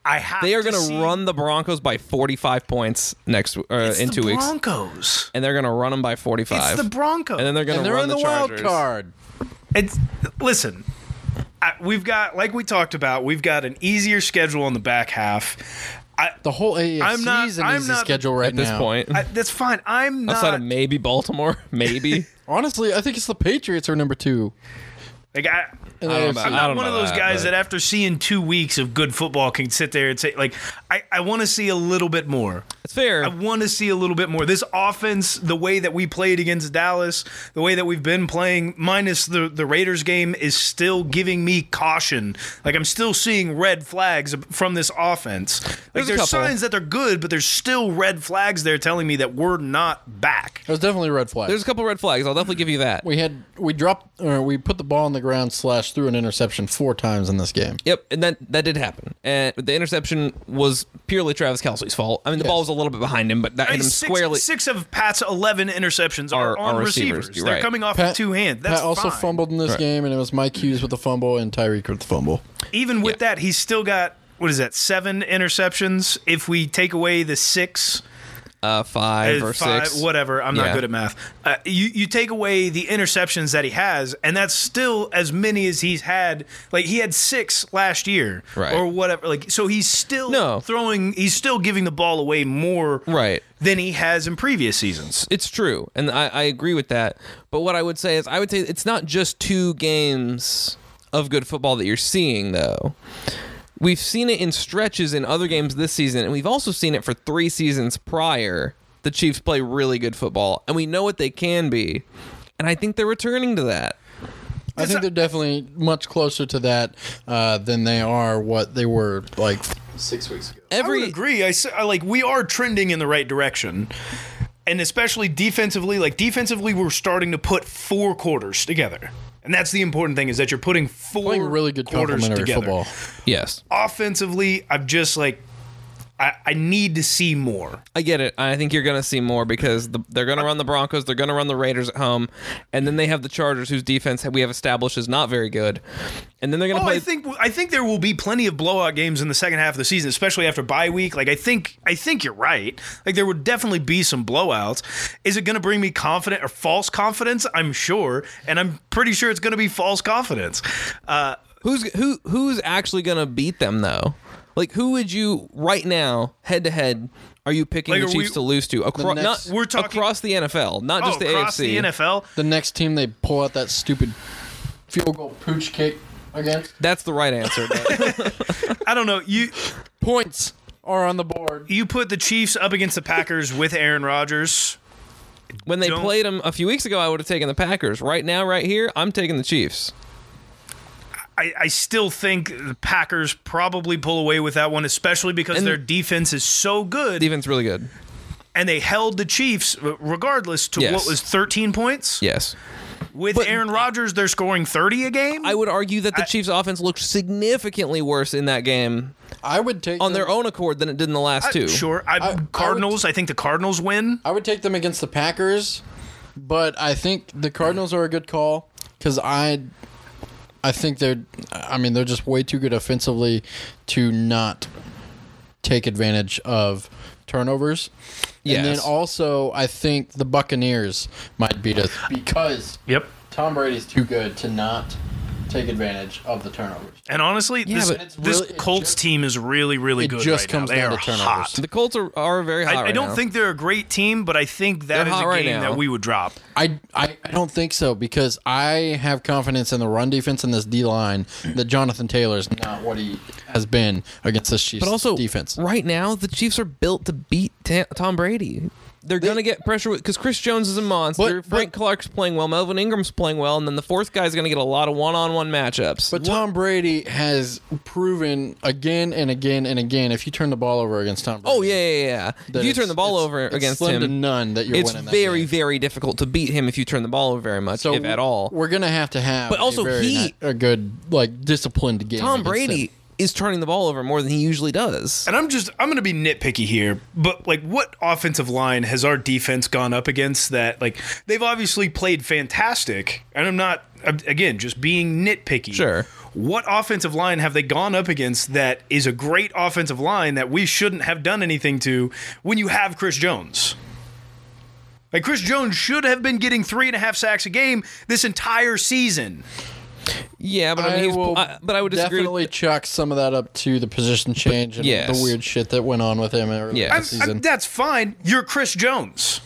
I have. They are to going see- to run the Broncos by 45 points next uh, It's in the two weeks, Broncos. and they're going to run them by 45. It's the Broncos. and then they're going And to they're run in the, wild Chargers. card. It's listen. I, we've got like we talked about. We've got an easier schedule on the back half. I, The whole AFC I'm not- is an I'm easy not- schedule right At this now. point, I, that's fine. I'm not. [laughs] outside of maybe Baltimore, [laughs] [laughs] maybe Honestly, I think it's the Patriots are number two. like, I, in the I don't know AFC. about- I I'm one of know those guys but- that after seeing two weeks of good football can sit there and say like, I, I want to see a little bit more. it's fair. I want to see a little bit more. This offense, the way that we played against Dallas, the way that we've been playing, minus the, the Raiders game, is still giving me caution. Like, I'm still seeing red flags from this offense. Like, There's a there's, couple. signs that they're good, but there's still red flags there telling me that we're not back. That was definitely a red flag. There's a couple red flags. I'll definitely give you that. we had we dropped or we put the ball on the ground slash threw an interception four times in this game. Yep, and that that did happen. And the interception was purely Travis Kelsey's fault. I mean, the ball was a little bit behind him, but that hit him Six, squarely. six of Pat's 11 interceptions Are- are, on are receivers, receivers. you're They're right. coming off of two hands. That's Pat also fine. fumbled in this game, and it was Mike Hughes with the fumble and Tyreek with the fumble. even with that, he's still got what is that? Seven interceptions. If we take away the six, Uh, five uh, or five, six. whatever. I'm Yeah. not good at math. Uh, you you take away the interceptions that he has, and that's still as many as he's had. Like he had six last year, Right. or whatever. Like so, he's still No. throwing. He's still giving the ball away more, Right. than he has in previous seasons. it's true, and I, I agree with that. But what I would say is, I would say it's not just two games of good football that you're seeing, though. We've seen it in stretches in other games this season, and we've also seen it for three seasons prior. The Chiefs play really good football, and we know what they can be, and I think they're returning to that. I think they're definitely much closer to that uh, than they are what they were like six weeks ago. I would Every agree. I, s- I- like we are trending in the right direction, and especially defensively. Like defensively, we're starting to put four quarters together, and that's the important thing is that you're putting four Playing really good quarters complementary together. football. yes, Offensively, I'm just like. I, I need to see more. I get it. I think you're going to see more because the, they're going to run the Broncos, they're going to run the Raiders at home, and then they have the Chargers, whose defense we have established is not very good, and then they're going to Oh, play. I think I think there will be plenty of blowout games in the second half of the season, especially after bye week. Like I think I think you're right. Like there would definitely be some blowouts. Is it going to bring me confident or false confidence? I'm sure, and I'm pretty sure it's going to be false confidence. Uh, Who's who? Who's actually gonna beat them though? Like, who would you right now, head to head, are you picking Like, the are Chiefs we- to lose to across next- not We're talking- across the NFL, not Oh, just the across AFC? the NFL. The next team they pull out that stupid field goal pooch kick against. That's the right [laughs] answer. but- I don't know. You Points are on the board. you put the Chiefs up against the Packers with Aaron Rodgers. when they Don't- played them a few weeks ago, I would have taken the Packers. Right now, right here, I'm taking the Chiefs. I, I still think the Packers probably pull away with that one, especially because And- their defense is so good, Defense really good. and they held the Chiefs r- regardless to Yes. what was 13 points. Yes. With Aaron Rodgers, they're scoring 30 a game. I would argue that the Chiefs' offense looked significantly worse in that game I would take on them- their own accord than it did in the last two. Sure, I, I would- Cardinals. I think the Cardinals win. I would take them against the Packers, but I think the Cardinals are a good call because I, I think they're, I mean they're just way too good offensively to not take advantage of turnovers. And then Yes. also I think the Buccaneers might beat us because Yep. Tom Brady's too good to not take advantage of the turnovers. And honestly, this, but it's this really- it Colts just- team is really, really It good. just right comes now. They down are to turnovers. hot. The Colts are, are very hot. I, I right don't now. think they're a great team, but I think that They're is hot a right game now. that we would drop. I, I, I don't think so because I have confidence in the run defense and this D line that Jonathan Taylor's not what he has been against this Chiefs But also, defense. right now, the Chiefs are built to beat Ta- Tom Brady. They're going to get pressure because Chris Jones is a monster. But- Frank but- Clark's playing well. Melvin Ingram's playing well. And then the fourth guy's going to get a lot of one on one matchups. But Tom Brady has proven again and again and again if you turn the ball over against Tom Brady. oh, yeah, yeah, yeah. that If you it's- turn the ball it's- over it's against slim to him, none that you're it's winning that very, game. very difficult to beat him if you turn the ball over very much, if at all. We're gonna have to have But a also very he- ni- a good like disciplined game. Tom against Brady him. is turning the ball over more than he usually does. And I'm just I'm going to be nitpicky here, but like what offensive line has our defense gone up against that like they've obviously played fantastic. And I'm not I'm, again just being nitpicky. Sure. What offensive line have they gone up against that is a great offensive line that we shouldn't have done anything to when you have Chris Jones? Like Chris Jones should have been getting three and a half sacks a game this entire season. Yeah, but I, mean, he's, will I, but I would disagree. definitely chuck some of that up to the position change and yes. the weird shit that went on with him earlier Yes. I'm- this I'm- season. that's fine. You're Chris Jones.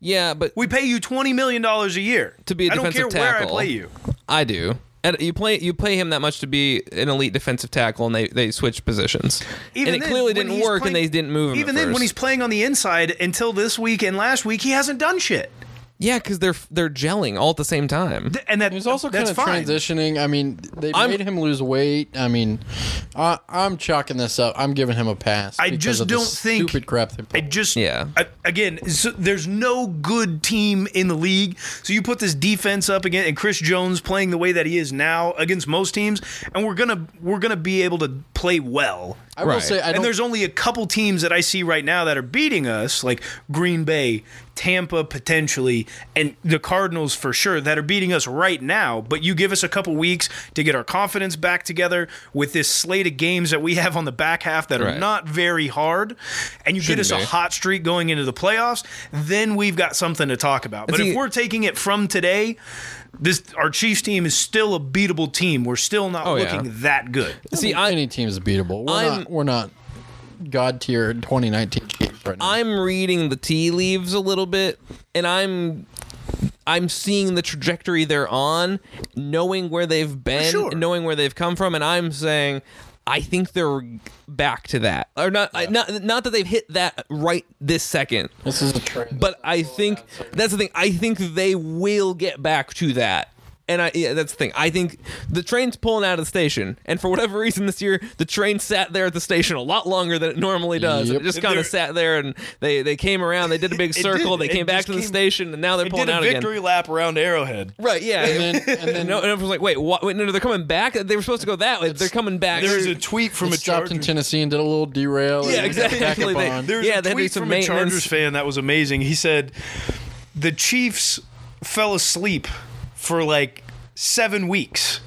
yeah, but We pay you twenty million dollars a year to be a I don't defensive care tackle. where I play you. I do. And you play you play him that much to be an elite defensive tackle, and they they switch positions. and then, it clearly when didn't he's work, and they playing- didn't move him. Even at then, when first. he's playing on the inside until this week and last week, he hasn't done shit. yeah, because they're they're gelling all at the same time. Th- And that He was also kind that's of fine. transitioning. I mean, they I'm- made him lose weight. I mean, I, I'm chalking this up. I'm giving him a pass. I because just of the don't think- stupid crap. They I pulled. just Yeah. I- again, so there's no good team in the league. So you put this defense up again, and Chris Jones playing the way that he is now against most teams, and we're gonna we're gonna be able to play well. I will Right. say I and don't. there's only a couple teams that I see right now that are beating us, like Green Bay, Tampa potentially, and the Cardinals for sure that are beating us right now. But you give us a couple weeks to get our confidence back together with this slate of games that we have on the back half that are Right. not very hard, and you Shouldn't get us be. a hot streak going into the playoffs, then we've got something to talk about. But See- if we're taking it from today, this our Chiefs team is still a beatable team. We're still not Oh, yeah. looking that good. See, I any team is beatable. We're I'm- not. We're not god tier 2019 Chiefs right now. I'm reading the tea leaves a little bit, and I'm I'm seeing the trajectory they're on, knowing where they've been, Sure. and knowing where they've come from, and I'm saying I think they're back to that, or not I, not not that they've hit that right this second, this is a train. but I think that's the thing. I think they will get back to that. And I, yeah, that's the thing. I think the train's pulling out of the station, and for whatever reason this year, the train sat there at the station a lot longer than it normally does. Yep. It just kind There- of sat there, and they they came around, they did a big did. circle, they [laughs] It came back just to the came- station, and now they're It pulling did a out victory again. lap around Arrowhead. Right? Yeah. and [laughs] then, and then no, and everyone's like, wait, what? Wait, no, no, they're coming back. They were supposed to go that way. They're coming back. There was [laughs] a tweet from a it stopped Chargers. in Tennessee and did a little derail. and Yeah, exactly. attack They- upon. There was Yeah, a they had to do tweet some from a maintenance. Chargers fan that was amazing. He said the Chiefs fell asleep for like seven weeks.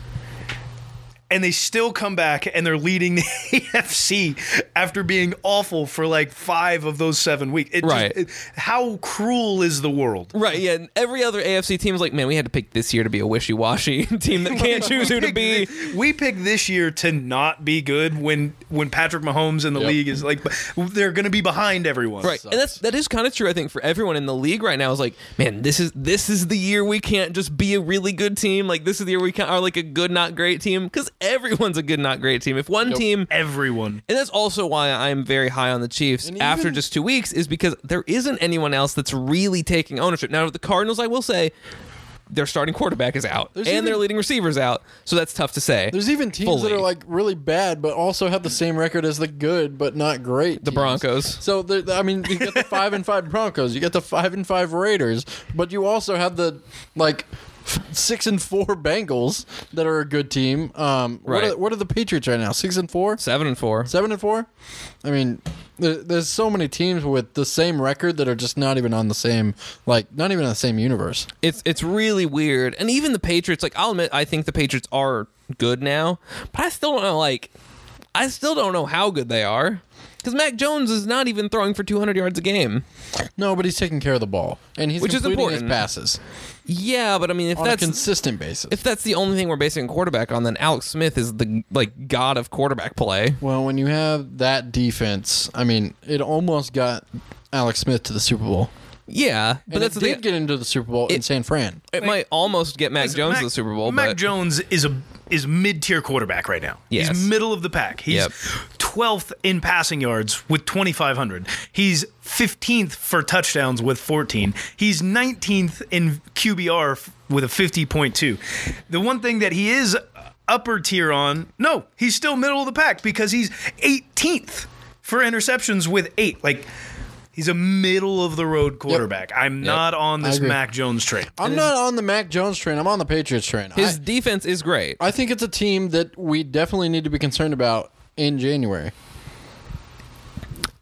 and they still come back and they're leading the [laughs] AFC after being awful for like five of those seven weeks. It just- Right. it- how cruel is the world? Right, yeah. and Every other AFC team's like, man, we had to pick this year to be a wishy-washy [laughs] team that [laughs] can't choose who to picked be. thi- We picked this year to not be good when when Patrick Mahomes in the Yep. league is like they're going to be behind everyone. Right, and that's that is kind of true. I think for everyone in the league right now is like, man, this is this is the year we can't just be a really good team. Like this is the year we can are like a good not great team because everyone's a good not great team. If one team, Everyone. and that's also why I'm very high on the Chiefs after just two weeks is because there isn't anyone else that's really taking ownership. Now the Cardinals, I will say. Their starting quarterback is out, and even- their leading receivers out, so that's tough to say. There's even teams that Fully. are like really bad, but also have the same record as the good, but not great. The Broncos. So there- I mean, you get the five and five Broncos, you get the five and five Raiders, but you also have the like f- six and four Bengals that are a good team. Um, What Right. are, what are the Patriots right now? Six and four, Seven and four. seven and four. I mean, there, there's so many teams with the same record that are just not even on the same like not even on the same universe. It's it's really weird. And even the Patriots, like I'll admit, I think the Patriots are good now, but I still don't know. Like, I still don't know how good they are because Mac Jones is not even throwing for 200 yards a game. No, but he's taking care of the ball and he's Which is completing important. his passes Yeah, but I mean, if on that's a consistent basis. if that's the only thing we're basing quarterback on, then Alex Smith is the like god of quarterback play. Well, when you have that defense, I mean, it almost got Alex Smith to the Super Bowl. Yeah, but And that's it the did thing. get into the Super Bowl in San Fran. it might almost get Mac Jones to the Super Bowl, Mac but Jones is a is mid tier quarterback right now. Yes. He's middle of the pack. He's Yep. 12th in passing yards with 2500. He's 15th for touchdowns with 14. He's 19th in QBR f- with a 50.2. The one thing that he is upper tier on, no, he's still middle of the pack because he's 18th for interceptions with 8. Like He's a middle of the road quarterback. I'm not on this agree. Mac Jones train. I'm not on the Mac Jones train. I'm on the Patriots train. his defense is great. I, I think it's a team that we definitely need to be concerned about in January.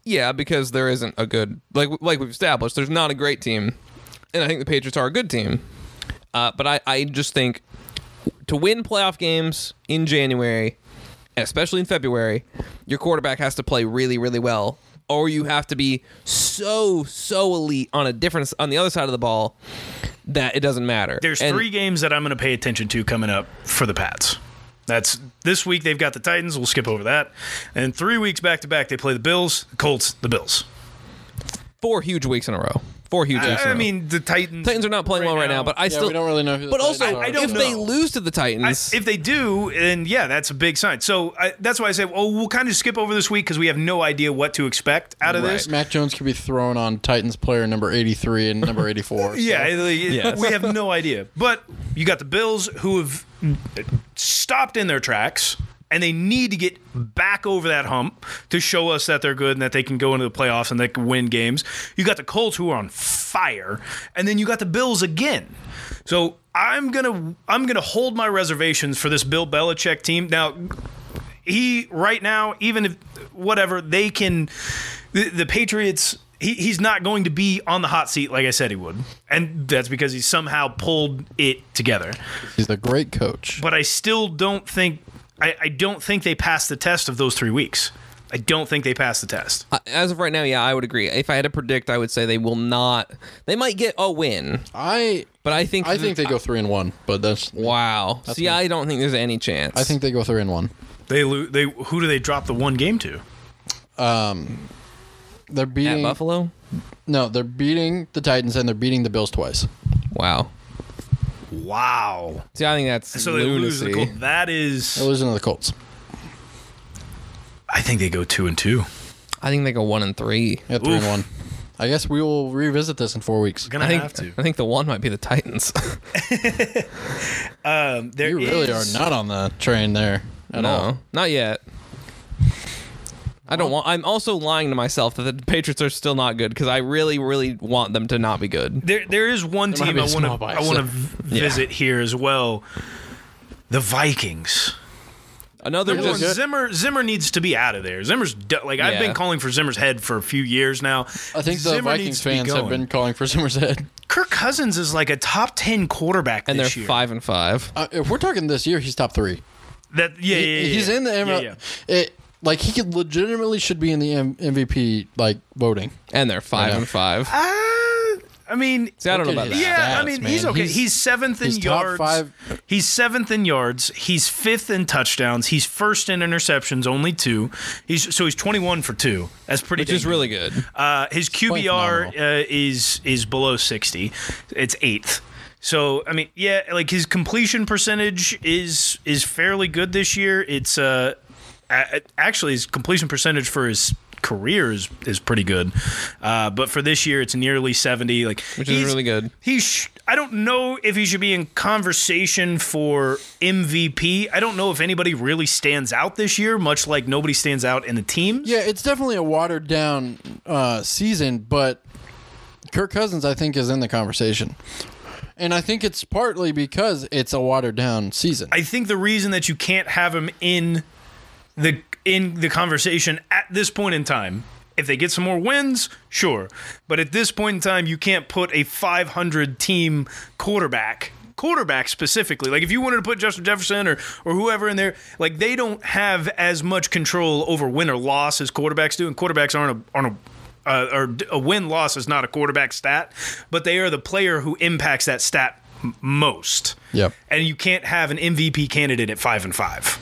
Yeah, because there isn't a good like like we've established. There's not a great team, and I think the Patriots are a good team. Uh, but I I just think to win playoff games in January, especially in February, your quarterback has to play really really well, or you have to be so so elite on a difference on the other side of the ball that it doesn't matter. There's And- three games that I'm going to pay attention to coming up for the Pats. That's this week. They've got the Titans. We'll skip over that. And three weeks back to back, they play the Bills, the Colts, the Bills. four huge weeks in a row. Four huge weeks. in a I row. mean, the Titans. Titans are not playing well right now, but I Yeah, still we don't really know who the But Titans also, are. I don't if they know. lose to the Titans, if they do, then yeah, that's a big sign. So I, that's why I say, well, we'll kind of skip over this week because we have no idea what to expect out of this. Mac Jones could be thrown on Titans player number 83 [laughs] and number 84. so- Yeah, like, we have no idea. But you got the Bills who have stopped in their tracks and they need to get back over that hump to show us that they're good and that they can go into the playoffs and they can win games. You got the Colts who are on fire and then you got the Bills again. So I'm going to I'm going to hold my reservations for this Bill Belichick team. Now he right now, even if whatever they can, the, the Patriots. He, he's not going to be on the hot seat like I said he would, and that's because he somehow pulled it together. He's a great coach. But I still don't think I, I don't think they passed the test of those three weeks. I don't think they passed the test. Uh, as of right now, yeah, I would agree. If I had to predict, I would say they will not. They might get a win, I but I think I think they go 3 and 1, but [laughs] that's wow. See, I don't think there's any chance. I think they go 3 and 1. They lo- they who do they drop the one game to? They're at beating Buffalo. No, they're beating the Titans and they're beating the Bills twice. Wow. Wow! See, I think that's So they lose to lunacy. the Colts. That is, They're losing to the Colts. I think they go two and two. I think they go one and three. Yeah, three Oof. and one. I guess we will revisit this in four weeks. Gonna I think have to. I think the one might be the Titans. [laughs] Um, there You really are is- not on the train there at all. no, not yet. I don't want. I'm also lying to myself that the Patriots are still not good because I really, really want them to not be good. There, there is one might team be I a want small to bias. I want to visit here as well. The Vikings. Another Number one, just Zimmer Zimmer needs to be out of there. Zimmer's do- like I've Yeah. been calling for Zimmer's head for a few years now. I think the Zimmer needs Vikings to be fans have going. been calling for [laughs] Zimmer's head. Kirk Cousins is like a top ten quarterback and they're this year. five and five. Uh, if we're talking this year, he's top three. That yeah, yeah, yeah, yeah he's in the M- yeah, yeah. It, like he could legitimately should be in the M- MVP like voting. And they're five know. Ah, and five. Ah, Uh, I mean, See, I don't know about at that. his Yeah, I stats, mean man. he's okay. He's, seventh in he's top yards. five. He's seventh in yards. He's fifth in touchdowns. He's first in interceptions, only two. He's so he's twenty one for two. That's pretty. Which is dang really good. good. Uh, his quite QBR uh, is is below sixty. It's eighth. So I mean, yeah, like his completion percentage is is fairly good this year. It's uh, a- actually his completion percentage for his career is, is pretty good uh, but for this year it's nearly 70 like Which is he's- really good. he sh- I don't know if he should be in conversation for MVP. I don't know if anybody really stands out this year, much like nobody stands out in the teams. Yeah, it's definitely a watered down uh, season, but Kirk Cousins I think is in the conversation, and I think it's partly because it's a watered down season. I think the reason that you can't have him in the in the conversation at this point in time, if they get some more wins, sure. But at this point in time, you can't put a 500 team quarterback quarterback specifically like if you wanted to put Justin Jefferson or or whoever in there like they don't have as much control over win or loss as quarterbacks do and quarterbacks aren't a aren't a uh, or d- a win loss is not a quarterback stat but they are the player who impacts that stat m- most Yep. and you can't have an MVP candidate at five and five.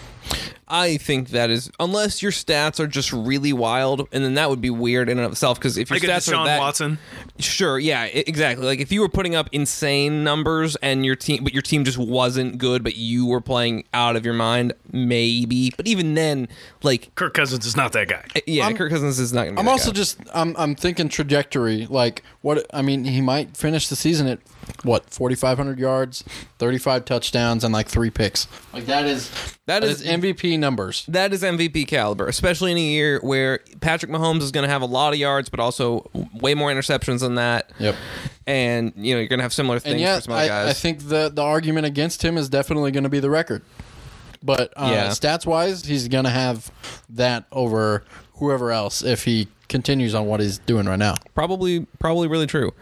I think that is unless your stats are just really wild, and then that would be weird in and of itself. Because if your Like a stats Deshaun are that, Watson. sure, yeah, e- exactly. Like if you were putting up insane numbers and your team, but your team just wasn't good, but you were playing out of your mind, maybe. But even then, like, e, Kirk Cousins is not that guy. yeah, Kirk Cousins is not going to. I'm also just I'm I'm thinking trajectory. Like what I mean, he might finish the season at what 4,500 yards, 35 touchdowns, and like three picks. Like that is That that is- is MVP numbers. That is MVP caliber, especially in a year where Patrick Mahomes is going to have a lot of yards, but also way more interceptions than that. Yep. And you know you're going to have similar things And yeah, for some other I, guys. I think the the argument against him is definitely going to be the record. But uh, Yeah. stats wise, he's going to have that over whoever else if he continues on what he's doing right now. probably probably really true.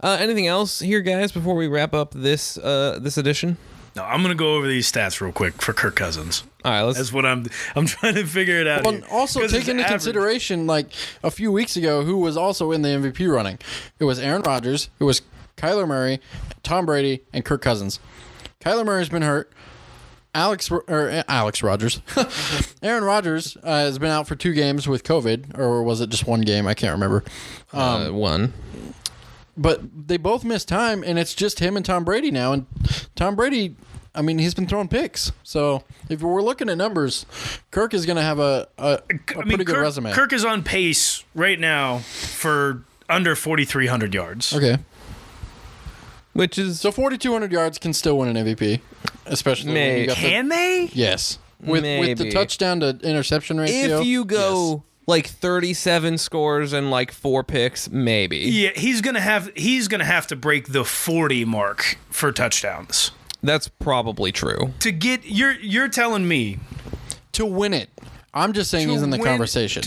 Uh, anything else here, guys? Before we wrap up this uh, this edition. No, I'm gonna go over these stats real quick for Kirk Cousins. All right, let's. That's what I'm. I'm [laughs] trying to figure it out. Well, here. and also 'Cause take his into average- consideration, like a few weeks ago, who was also in the MVP running? It was Aaron Rodgers, it was Kyler Murray, Tom Brady, and Kirk Cousins. Kyler Murray's been hurt. Alex or uh, Alex Rodgers, [laughs] Aaron Rodgers uh, has been out for two games with COVID, or was it just one game? I can't remember. uh, one. But they both missed time, and it's just him and Tom Brady now. And Tom Brady, I mean, he's been throwing picks. So if we're looking at numbers, Kirk is going to have a, a, a I pretty mean, good Kirk, resume. Kirk is on pace right now for under 4,300 yards. okay. Which is So 4,200 yards can still win an MVP, especially when May- you got the, Can they? yes with with Maybe. the touchdown to interception ratio. if you go like 37 scores and like four picks, maybe. Yeah, he's gonna have. He's gonna have to break the 40 mark for touchdowns That's probably true. to get. You're you're telling me to win it, I'm just saying To he's in the win conversation.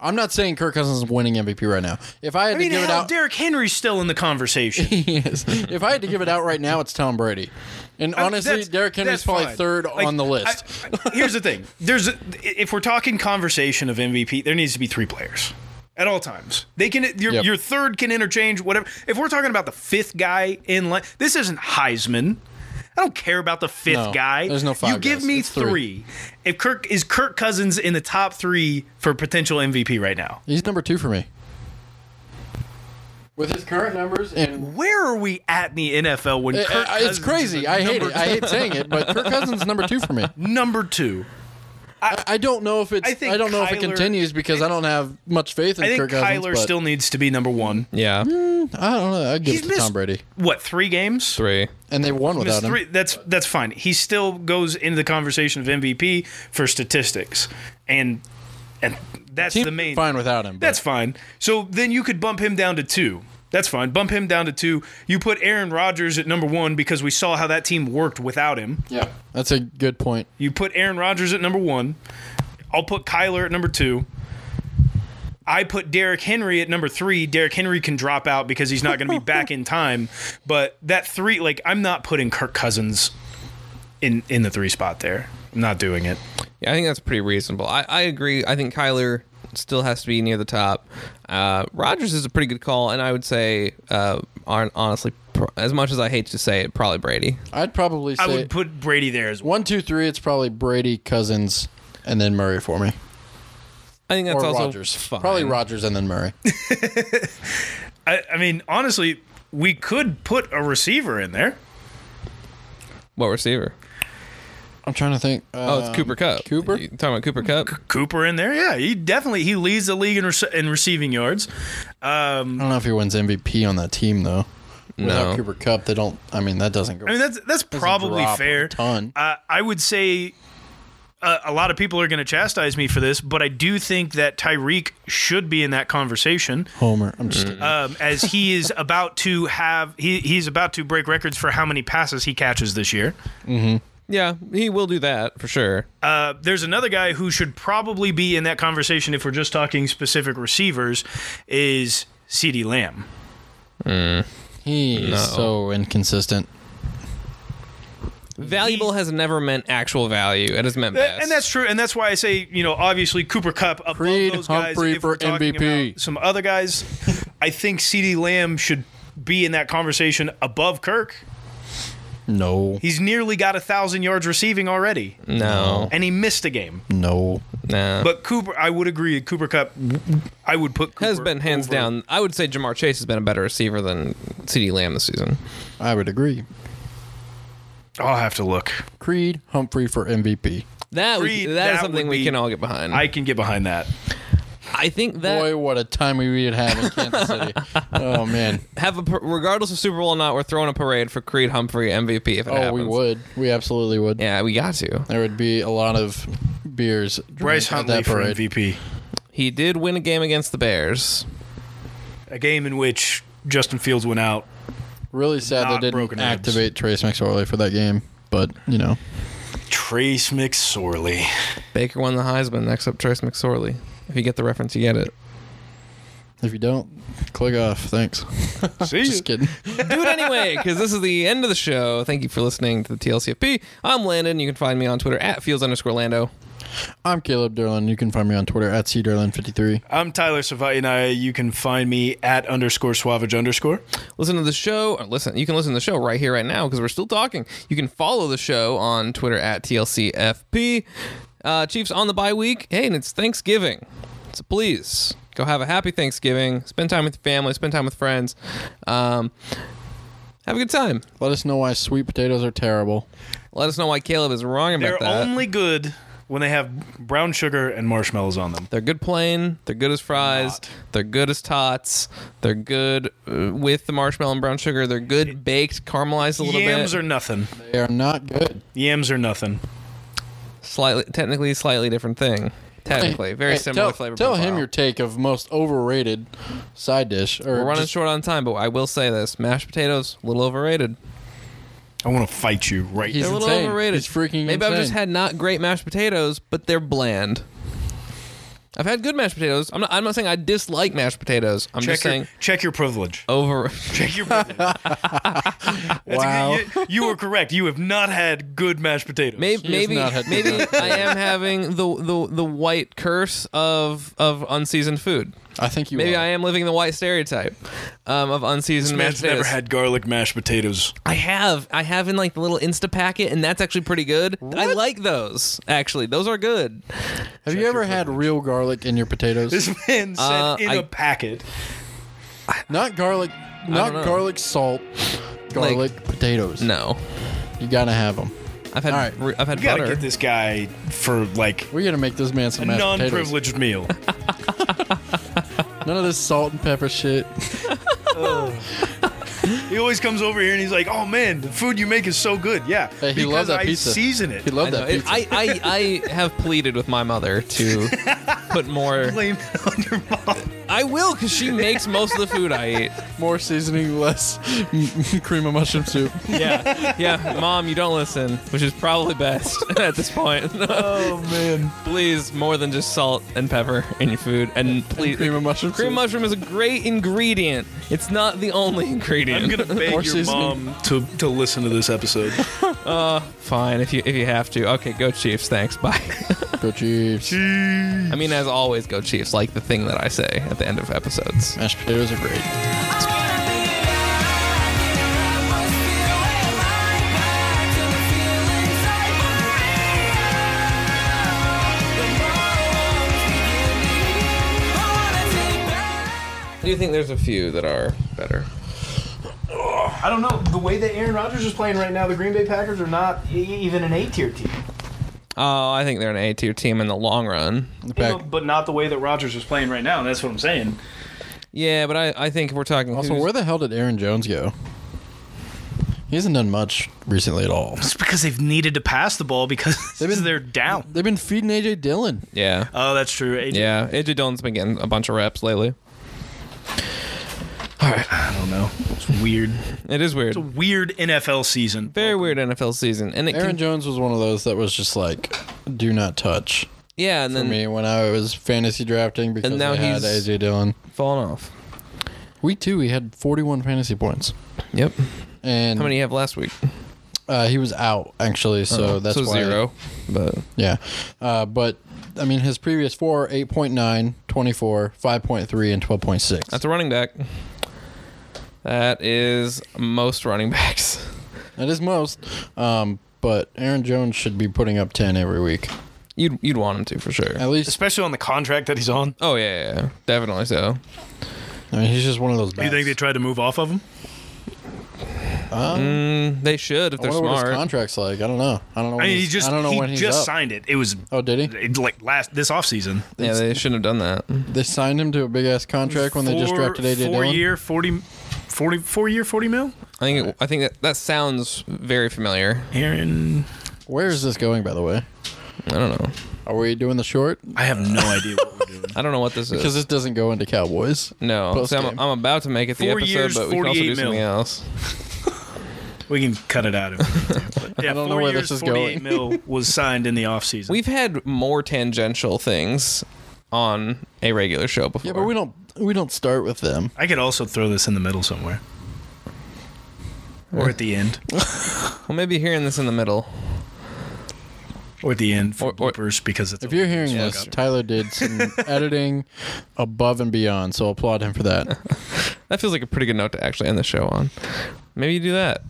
I'm not saying Kirk Cousins is winning MVP right now. If I had I mean, to give it hell, out, oh, Derrick Henry's still in the conversation. [laughs] Yes. if I had to give it out right now, it's Tom Brady. And honestly, that's- Derrick Henry's that's probably fine. third Like, on the list. I- I- here's the thing: there's a, if we're talking conversation of MVP, there needs to be three players at all times. They can your, Yep. your third can interchange whatever. If we're talking about the fifth guy in line, this isn't Heisman. I don't care about the fifth No, guy. there's no five You give guys. me It's three. three. If Kirk is Kirk Cousins in the top three for potential MVP right now, he's number two for me. With his current numbers and where are we at in the NFL when Kirk Uh, I- I- Cousins it's is crazy. the I hate number- it. I hate saying it, but Kirk Cousins is number two [laughs] for me. number two. I don't know if it's. I I, think don't know if Kyler- it continues because I don't have much faith in I think Kirk Cousins. Kyler but still needs to be number one. Yeah. I don't know. I give it to Tom Brady, What three games? Three. and they won It's without him. three- that's that's fine. He still goes into the conversation of MVP for statistics, and and that's Team the main. fine without him. but- That's fine. So then you could bump him down to two. That's fine. Bump him down to two. You put Aaron Rodgers at number one because we saw how that team worked without him. yeah. That's a good point. You put Aaron Rodgers at number one. I'll put Kyler at number two. I put Derrick Henry at number three. Derrick Henry can drop out because he's not going to be back in time. But that three, like, I'm not putting Kirk Cousins in in the three spot there. not doing it. Yeah, I think that's pretty reasonable. I, I agree. I think Kyler still has to be near the top. Uh, Rogers is a pretty good call, and I would say, uh, hon- honestly, pr- as much as I hate to say it, probably Brady. I'd probably say I would put Brady there as well. one, two, three. It's probably Brady, Cousins, and then Murray for me, I think that's or also Rogers. fine. Probably Rogers and then [laughs] Murray. I, I mean, honestly, we could put a receiver in there. What receiver? I'm trying to think. Uh, Oh, it's Cooper Cup. Cooper? Mm. You talking about Cooper Cup? Cooper in there, yeah. He definitely he leads the league in, rece- in receiving yards. I Um, don't know if he wins MVP on that team though. Without Cooper Cup, they don't. I mean, that doesn't go. I mean, that's that's probably drop a fair. ton. Uh, I would say uh, a lot of people are going to chastise me for this, but I do think that Tyreek should be in that conversation. Homer. I'm just. um, as he is about to have he, he's about to break records for how many passes he catches this year. Yeah, he will do that for sure. Uh, there's another guy who should probably be in that conversation if we're just talking specific receivers is CeeDee Lamb. He's so inconsistent. Valuable has never meant actual value. It has meant best. And that's true, and that's why I say you know obviously Cooper Cup above Creed those guys. Humphrey if we're for talking MVP. about Some other guys, I think CeeDee Lamb should be in that conversation above Kirk. No. He's nearly got a thousand yards receiving already, no, and he missed a game. No. no. But Cooper, I would agree. Cooper Cup, I would put Cooper has been hands over- down. I would say Jamar Chase has been a better receiver than C.D. Lamb this season. I would agree. I'll have to look. Creed Humphrey for MVP. That would- Agreed, that is that something would we be- can all get behind. I I, can get behind that. I think that Boy, what a time we would have in [laughs] Kansas City. Oh man. have a par- regardless of Super Bowl or not, we're throwing a parade for Creed Humphrey MVP if it Oh, happens. we would. We absolutely would. Yeah, we got to. There would be a lot of beers. Bryce at Huntley that for parade. MVP. He did win a game against the Bears. A game in which Justin Fields went out. Really sad Not they broken didn't ribs. activate Trace McSorley for that game, but you know. Trace McSorley. Baker won the Heisman. Next up, Trace McSorley. If you get the reference, you get it. If you don't, click off. Thanks. [laughs] See, Just [laughs] kidding. do it anyway because this is the end of the show. Thank you for listening to the TLCFP. I'm Landon. You can find me on Twitter at fields underscore Lando. I'm Caleb Derlin. You can find me on Twitter at cderlin53. I'm Tyler Savatinaya. You can find me at underscore suavage underscore. Listen to the show. Or listen, you can listen to the show right here, right now because we're still talking. You can follow the show on Twitter at TLCFP. Uh, Chiefs on the bye week. Hey, and it's Thanksgiving, so please go have a happy Thanksgiving. Spend time with your family. Spend time with friends. Um, have a good time. Let us know why sweet potatoes are terrible. Let us know why Caleb is wrong about They're that. only good when they have brown sugar and marshmallows on them. They're good plain. They're good as fries. Not. They're good as tots. They're good uh, with the marshmallow and brown sugar. They're good baked, caramelized a little Yams bit. are nothing. They are not good. Yams are nothing. slightly, technically, slightly different thing. Technically, very Hey, similar tell, flavor. Tell profile. him your take of most overrated side dish. Or We're running just- short on time, but I will say this: mashed potatoes, a little overrated. I want to fight you right He's They're a little insane. overrated. He's freaking Maybe I've just insane. had not great mashed potatoes, but they're bland. I've had good mashed potatoes. I'm not. I'm not saying I dislike mashed potatoes. I'm Check just your, saying [laughs] check your [laughs] privilege. [laughs] over. Check your privilege. That's a good- Wow. you, you were correct. You have not had good mashed potatoes. Maybe He has maybe not had maybe good I am having the, the the white curse of of unseasoned food. I think you Maybe are. I am living the white stereotype um, of unseasoned mashed Man's potatoes. never had garlic mashed potatoes. I have I have in like the little Insta packet, and that's actually pretty good. I like those actually; those are good. Have you ever had real garlic in your potatoes? [laughs] This man said Uh, in I- a packet. not garlic, not know. garlic salt, garlic potatoes. No, You gotta have them. I've had All right. re- I've had You gotta butter. get this guy for like We're gonna make this man a some mashed potatoes. non-privileged meal. None of this salt and pepper shit. he always comes over here and he's like, "Oh man, the food you make is so good." Yeah, Hey, he because loved that I pizza. season it. [laughs] He I, loved know, that it- pizza. I, I I have pleaded with my mother [laughs] to put more. Blame it on your mom. I will because she makes most of the food I eat. More seasoning, less [laughs] cream of mushroom soup. Yeah, yeah, mom, you don't listen, which is probably best [laughs] at this point. Oh man, please more than just salt and pepper in your food and please cream of mushroom cream soup. mushroom is a great ingredient it's not the only ingredient I'm gonna beg More your seasoning. mom to to listen to this episode. Uh, fine if you if you have to. Okay, go Chiefs. Thanks. Bye. [laughs] Go Chiefs. I mean, as always, go Chiefs. Like the thing that I say at the end of episodes. Mashed potatoes are great. I do think there's a few that are better. [laughs] I don't know. The way that Aaron Rodgers is playing right now, the Green Bay Packers are not e- even an A tier team. Oh, I think they're an A tier team in the long run. The You know, Pack- but not the way that Rodgers is playing right now. That's what I'm saying. Yeah, but I, I think if we're talking Also, who's- where the hell did Aaron Jones go? He hasn't done much recently at all. It's because they've needed to pass the ball [laughs] because They've been- they're down. They've been feeding AJ Dillon. yeah Uh, Oh, that's true. AJ. yeah AJ Dillon's been getting a bunch of reps lately. I don't know. It's weird. It is weird. It's a weird NFL season. Very weird NFL season, and it Aaron can, Jones was one of those that was just like, do not touch yeah, and for then me when I was fantasy drafting because And now I had he's- AJ Dillon. falling off. Week two, he had 41 fantasy points. Yep. And How many you have last week? Uh, he was out actually, so that's so why, zero. But Yeah, uh, but I mean, his previous four: 8.9, 24, 5.3, and 12.6. that's a running back. That is most running [laughs] backs. That is most. Um, but Aaron Jones should be putting up 10 every week, You'd you'd want him to for sure. at least. Especially on the contract that he's on. Oh yeah, yeah, yeah. definitely so. I mean, he's just one of those. You think they tried to move off of him? Mm, they should if I they're wonder what smart. his contract's like. I don't know. I don't know. When I mean, he he's- just I don't know he when he's just up. signed it. It was Oh, did he? it, like last this offseason. yeah, they shouldn't have done that. They signed him to a big ass contract when they just Four- drafted AJ Four Dillon. year, 40, 40, four year, forty mil. I think it, I think that that sounds very familiar. Aaron, Where is this going, by the way? I don't know. Are we doing the short? I have no idea what we're doing. I don't know what this Because is. this doesn't go into Cowboys. No, Post so I'm, game. I'm about to make it the Four episode, years, but we can also 48 do something mil. else. [laughs] We can cut it out. If we need to, but yeah, [laughs] I don't know four where years, this is 48 going. [laughs] mil was signed in the offseason. We've had more tangential things on a regular show before. Yeah, but we don't we don't start with them. I could also throw this in the middle somewhere, or at the end, Well, maybe hearing this in the middle. or at the end for Or- or- bloopers because it's If you're hearing Yeah, this, gotcha. Tyler did some [laughs] editing above and beyond, so applaud him for that. That feels like a pretty good note to actually end the show on. Maybe you do that.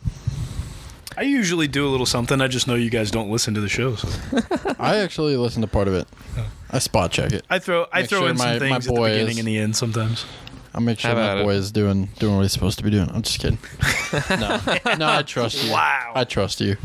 I usually do a little something. I just know you guys don't listen to the shows. I actually listened to part of it. I spot check it. I throw I Make throw sure in my- some my things at the boy beginning is- and the end sometimes. I'll make sure How about my it? boy is doing doing what he's supposed to be doing. I'm just kidding. no, no, I trust you. Wow. I trust you.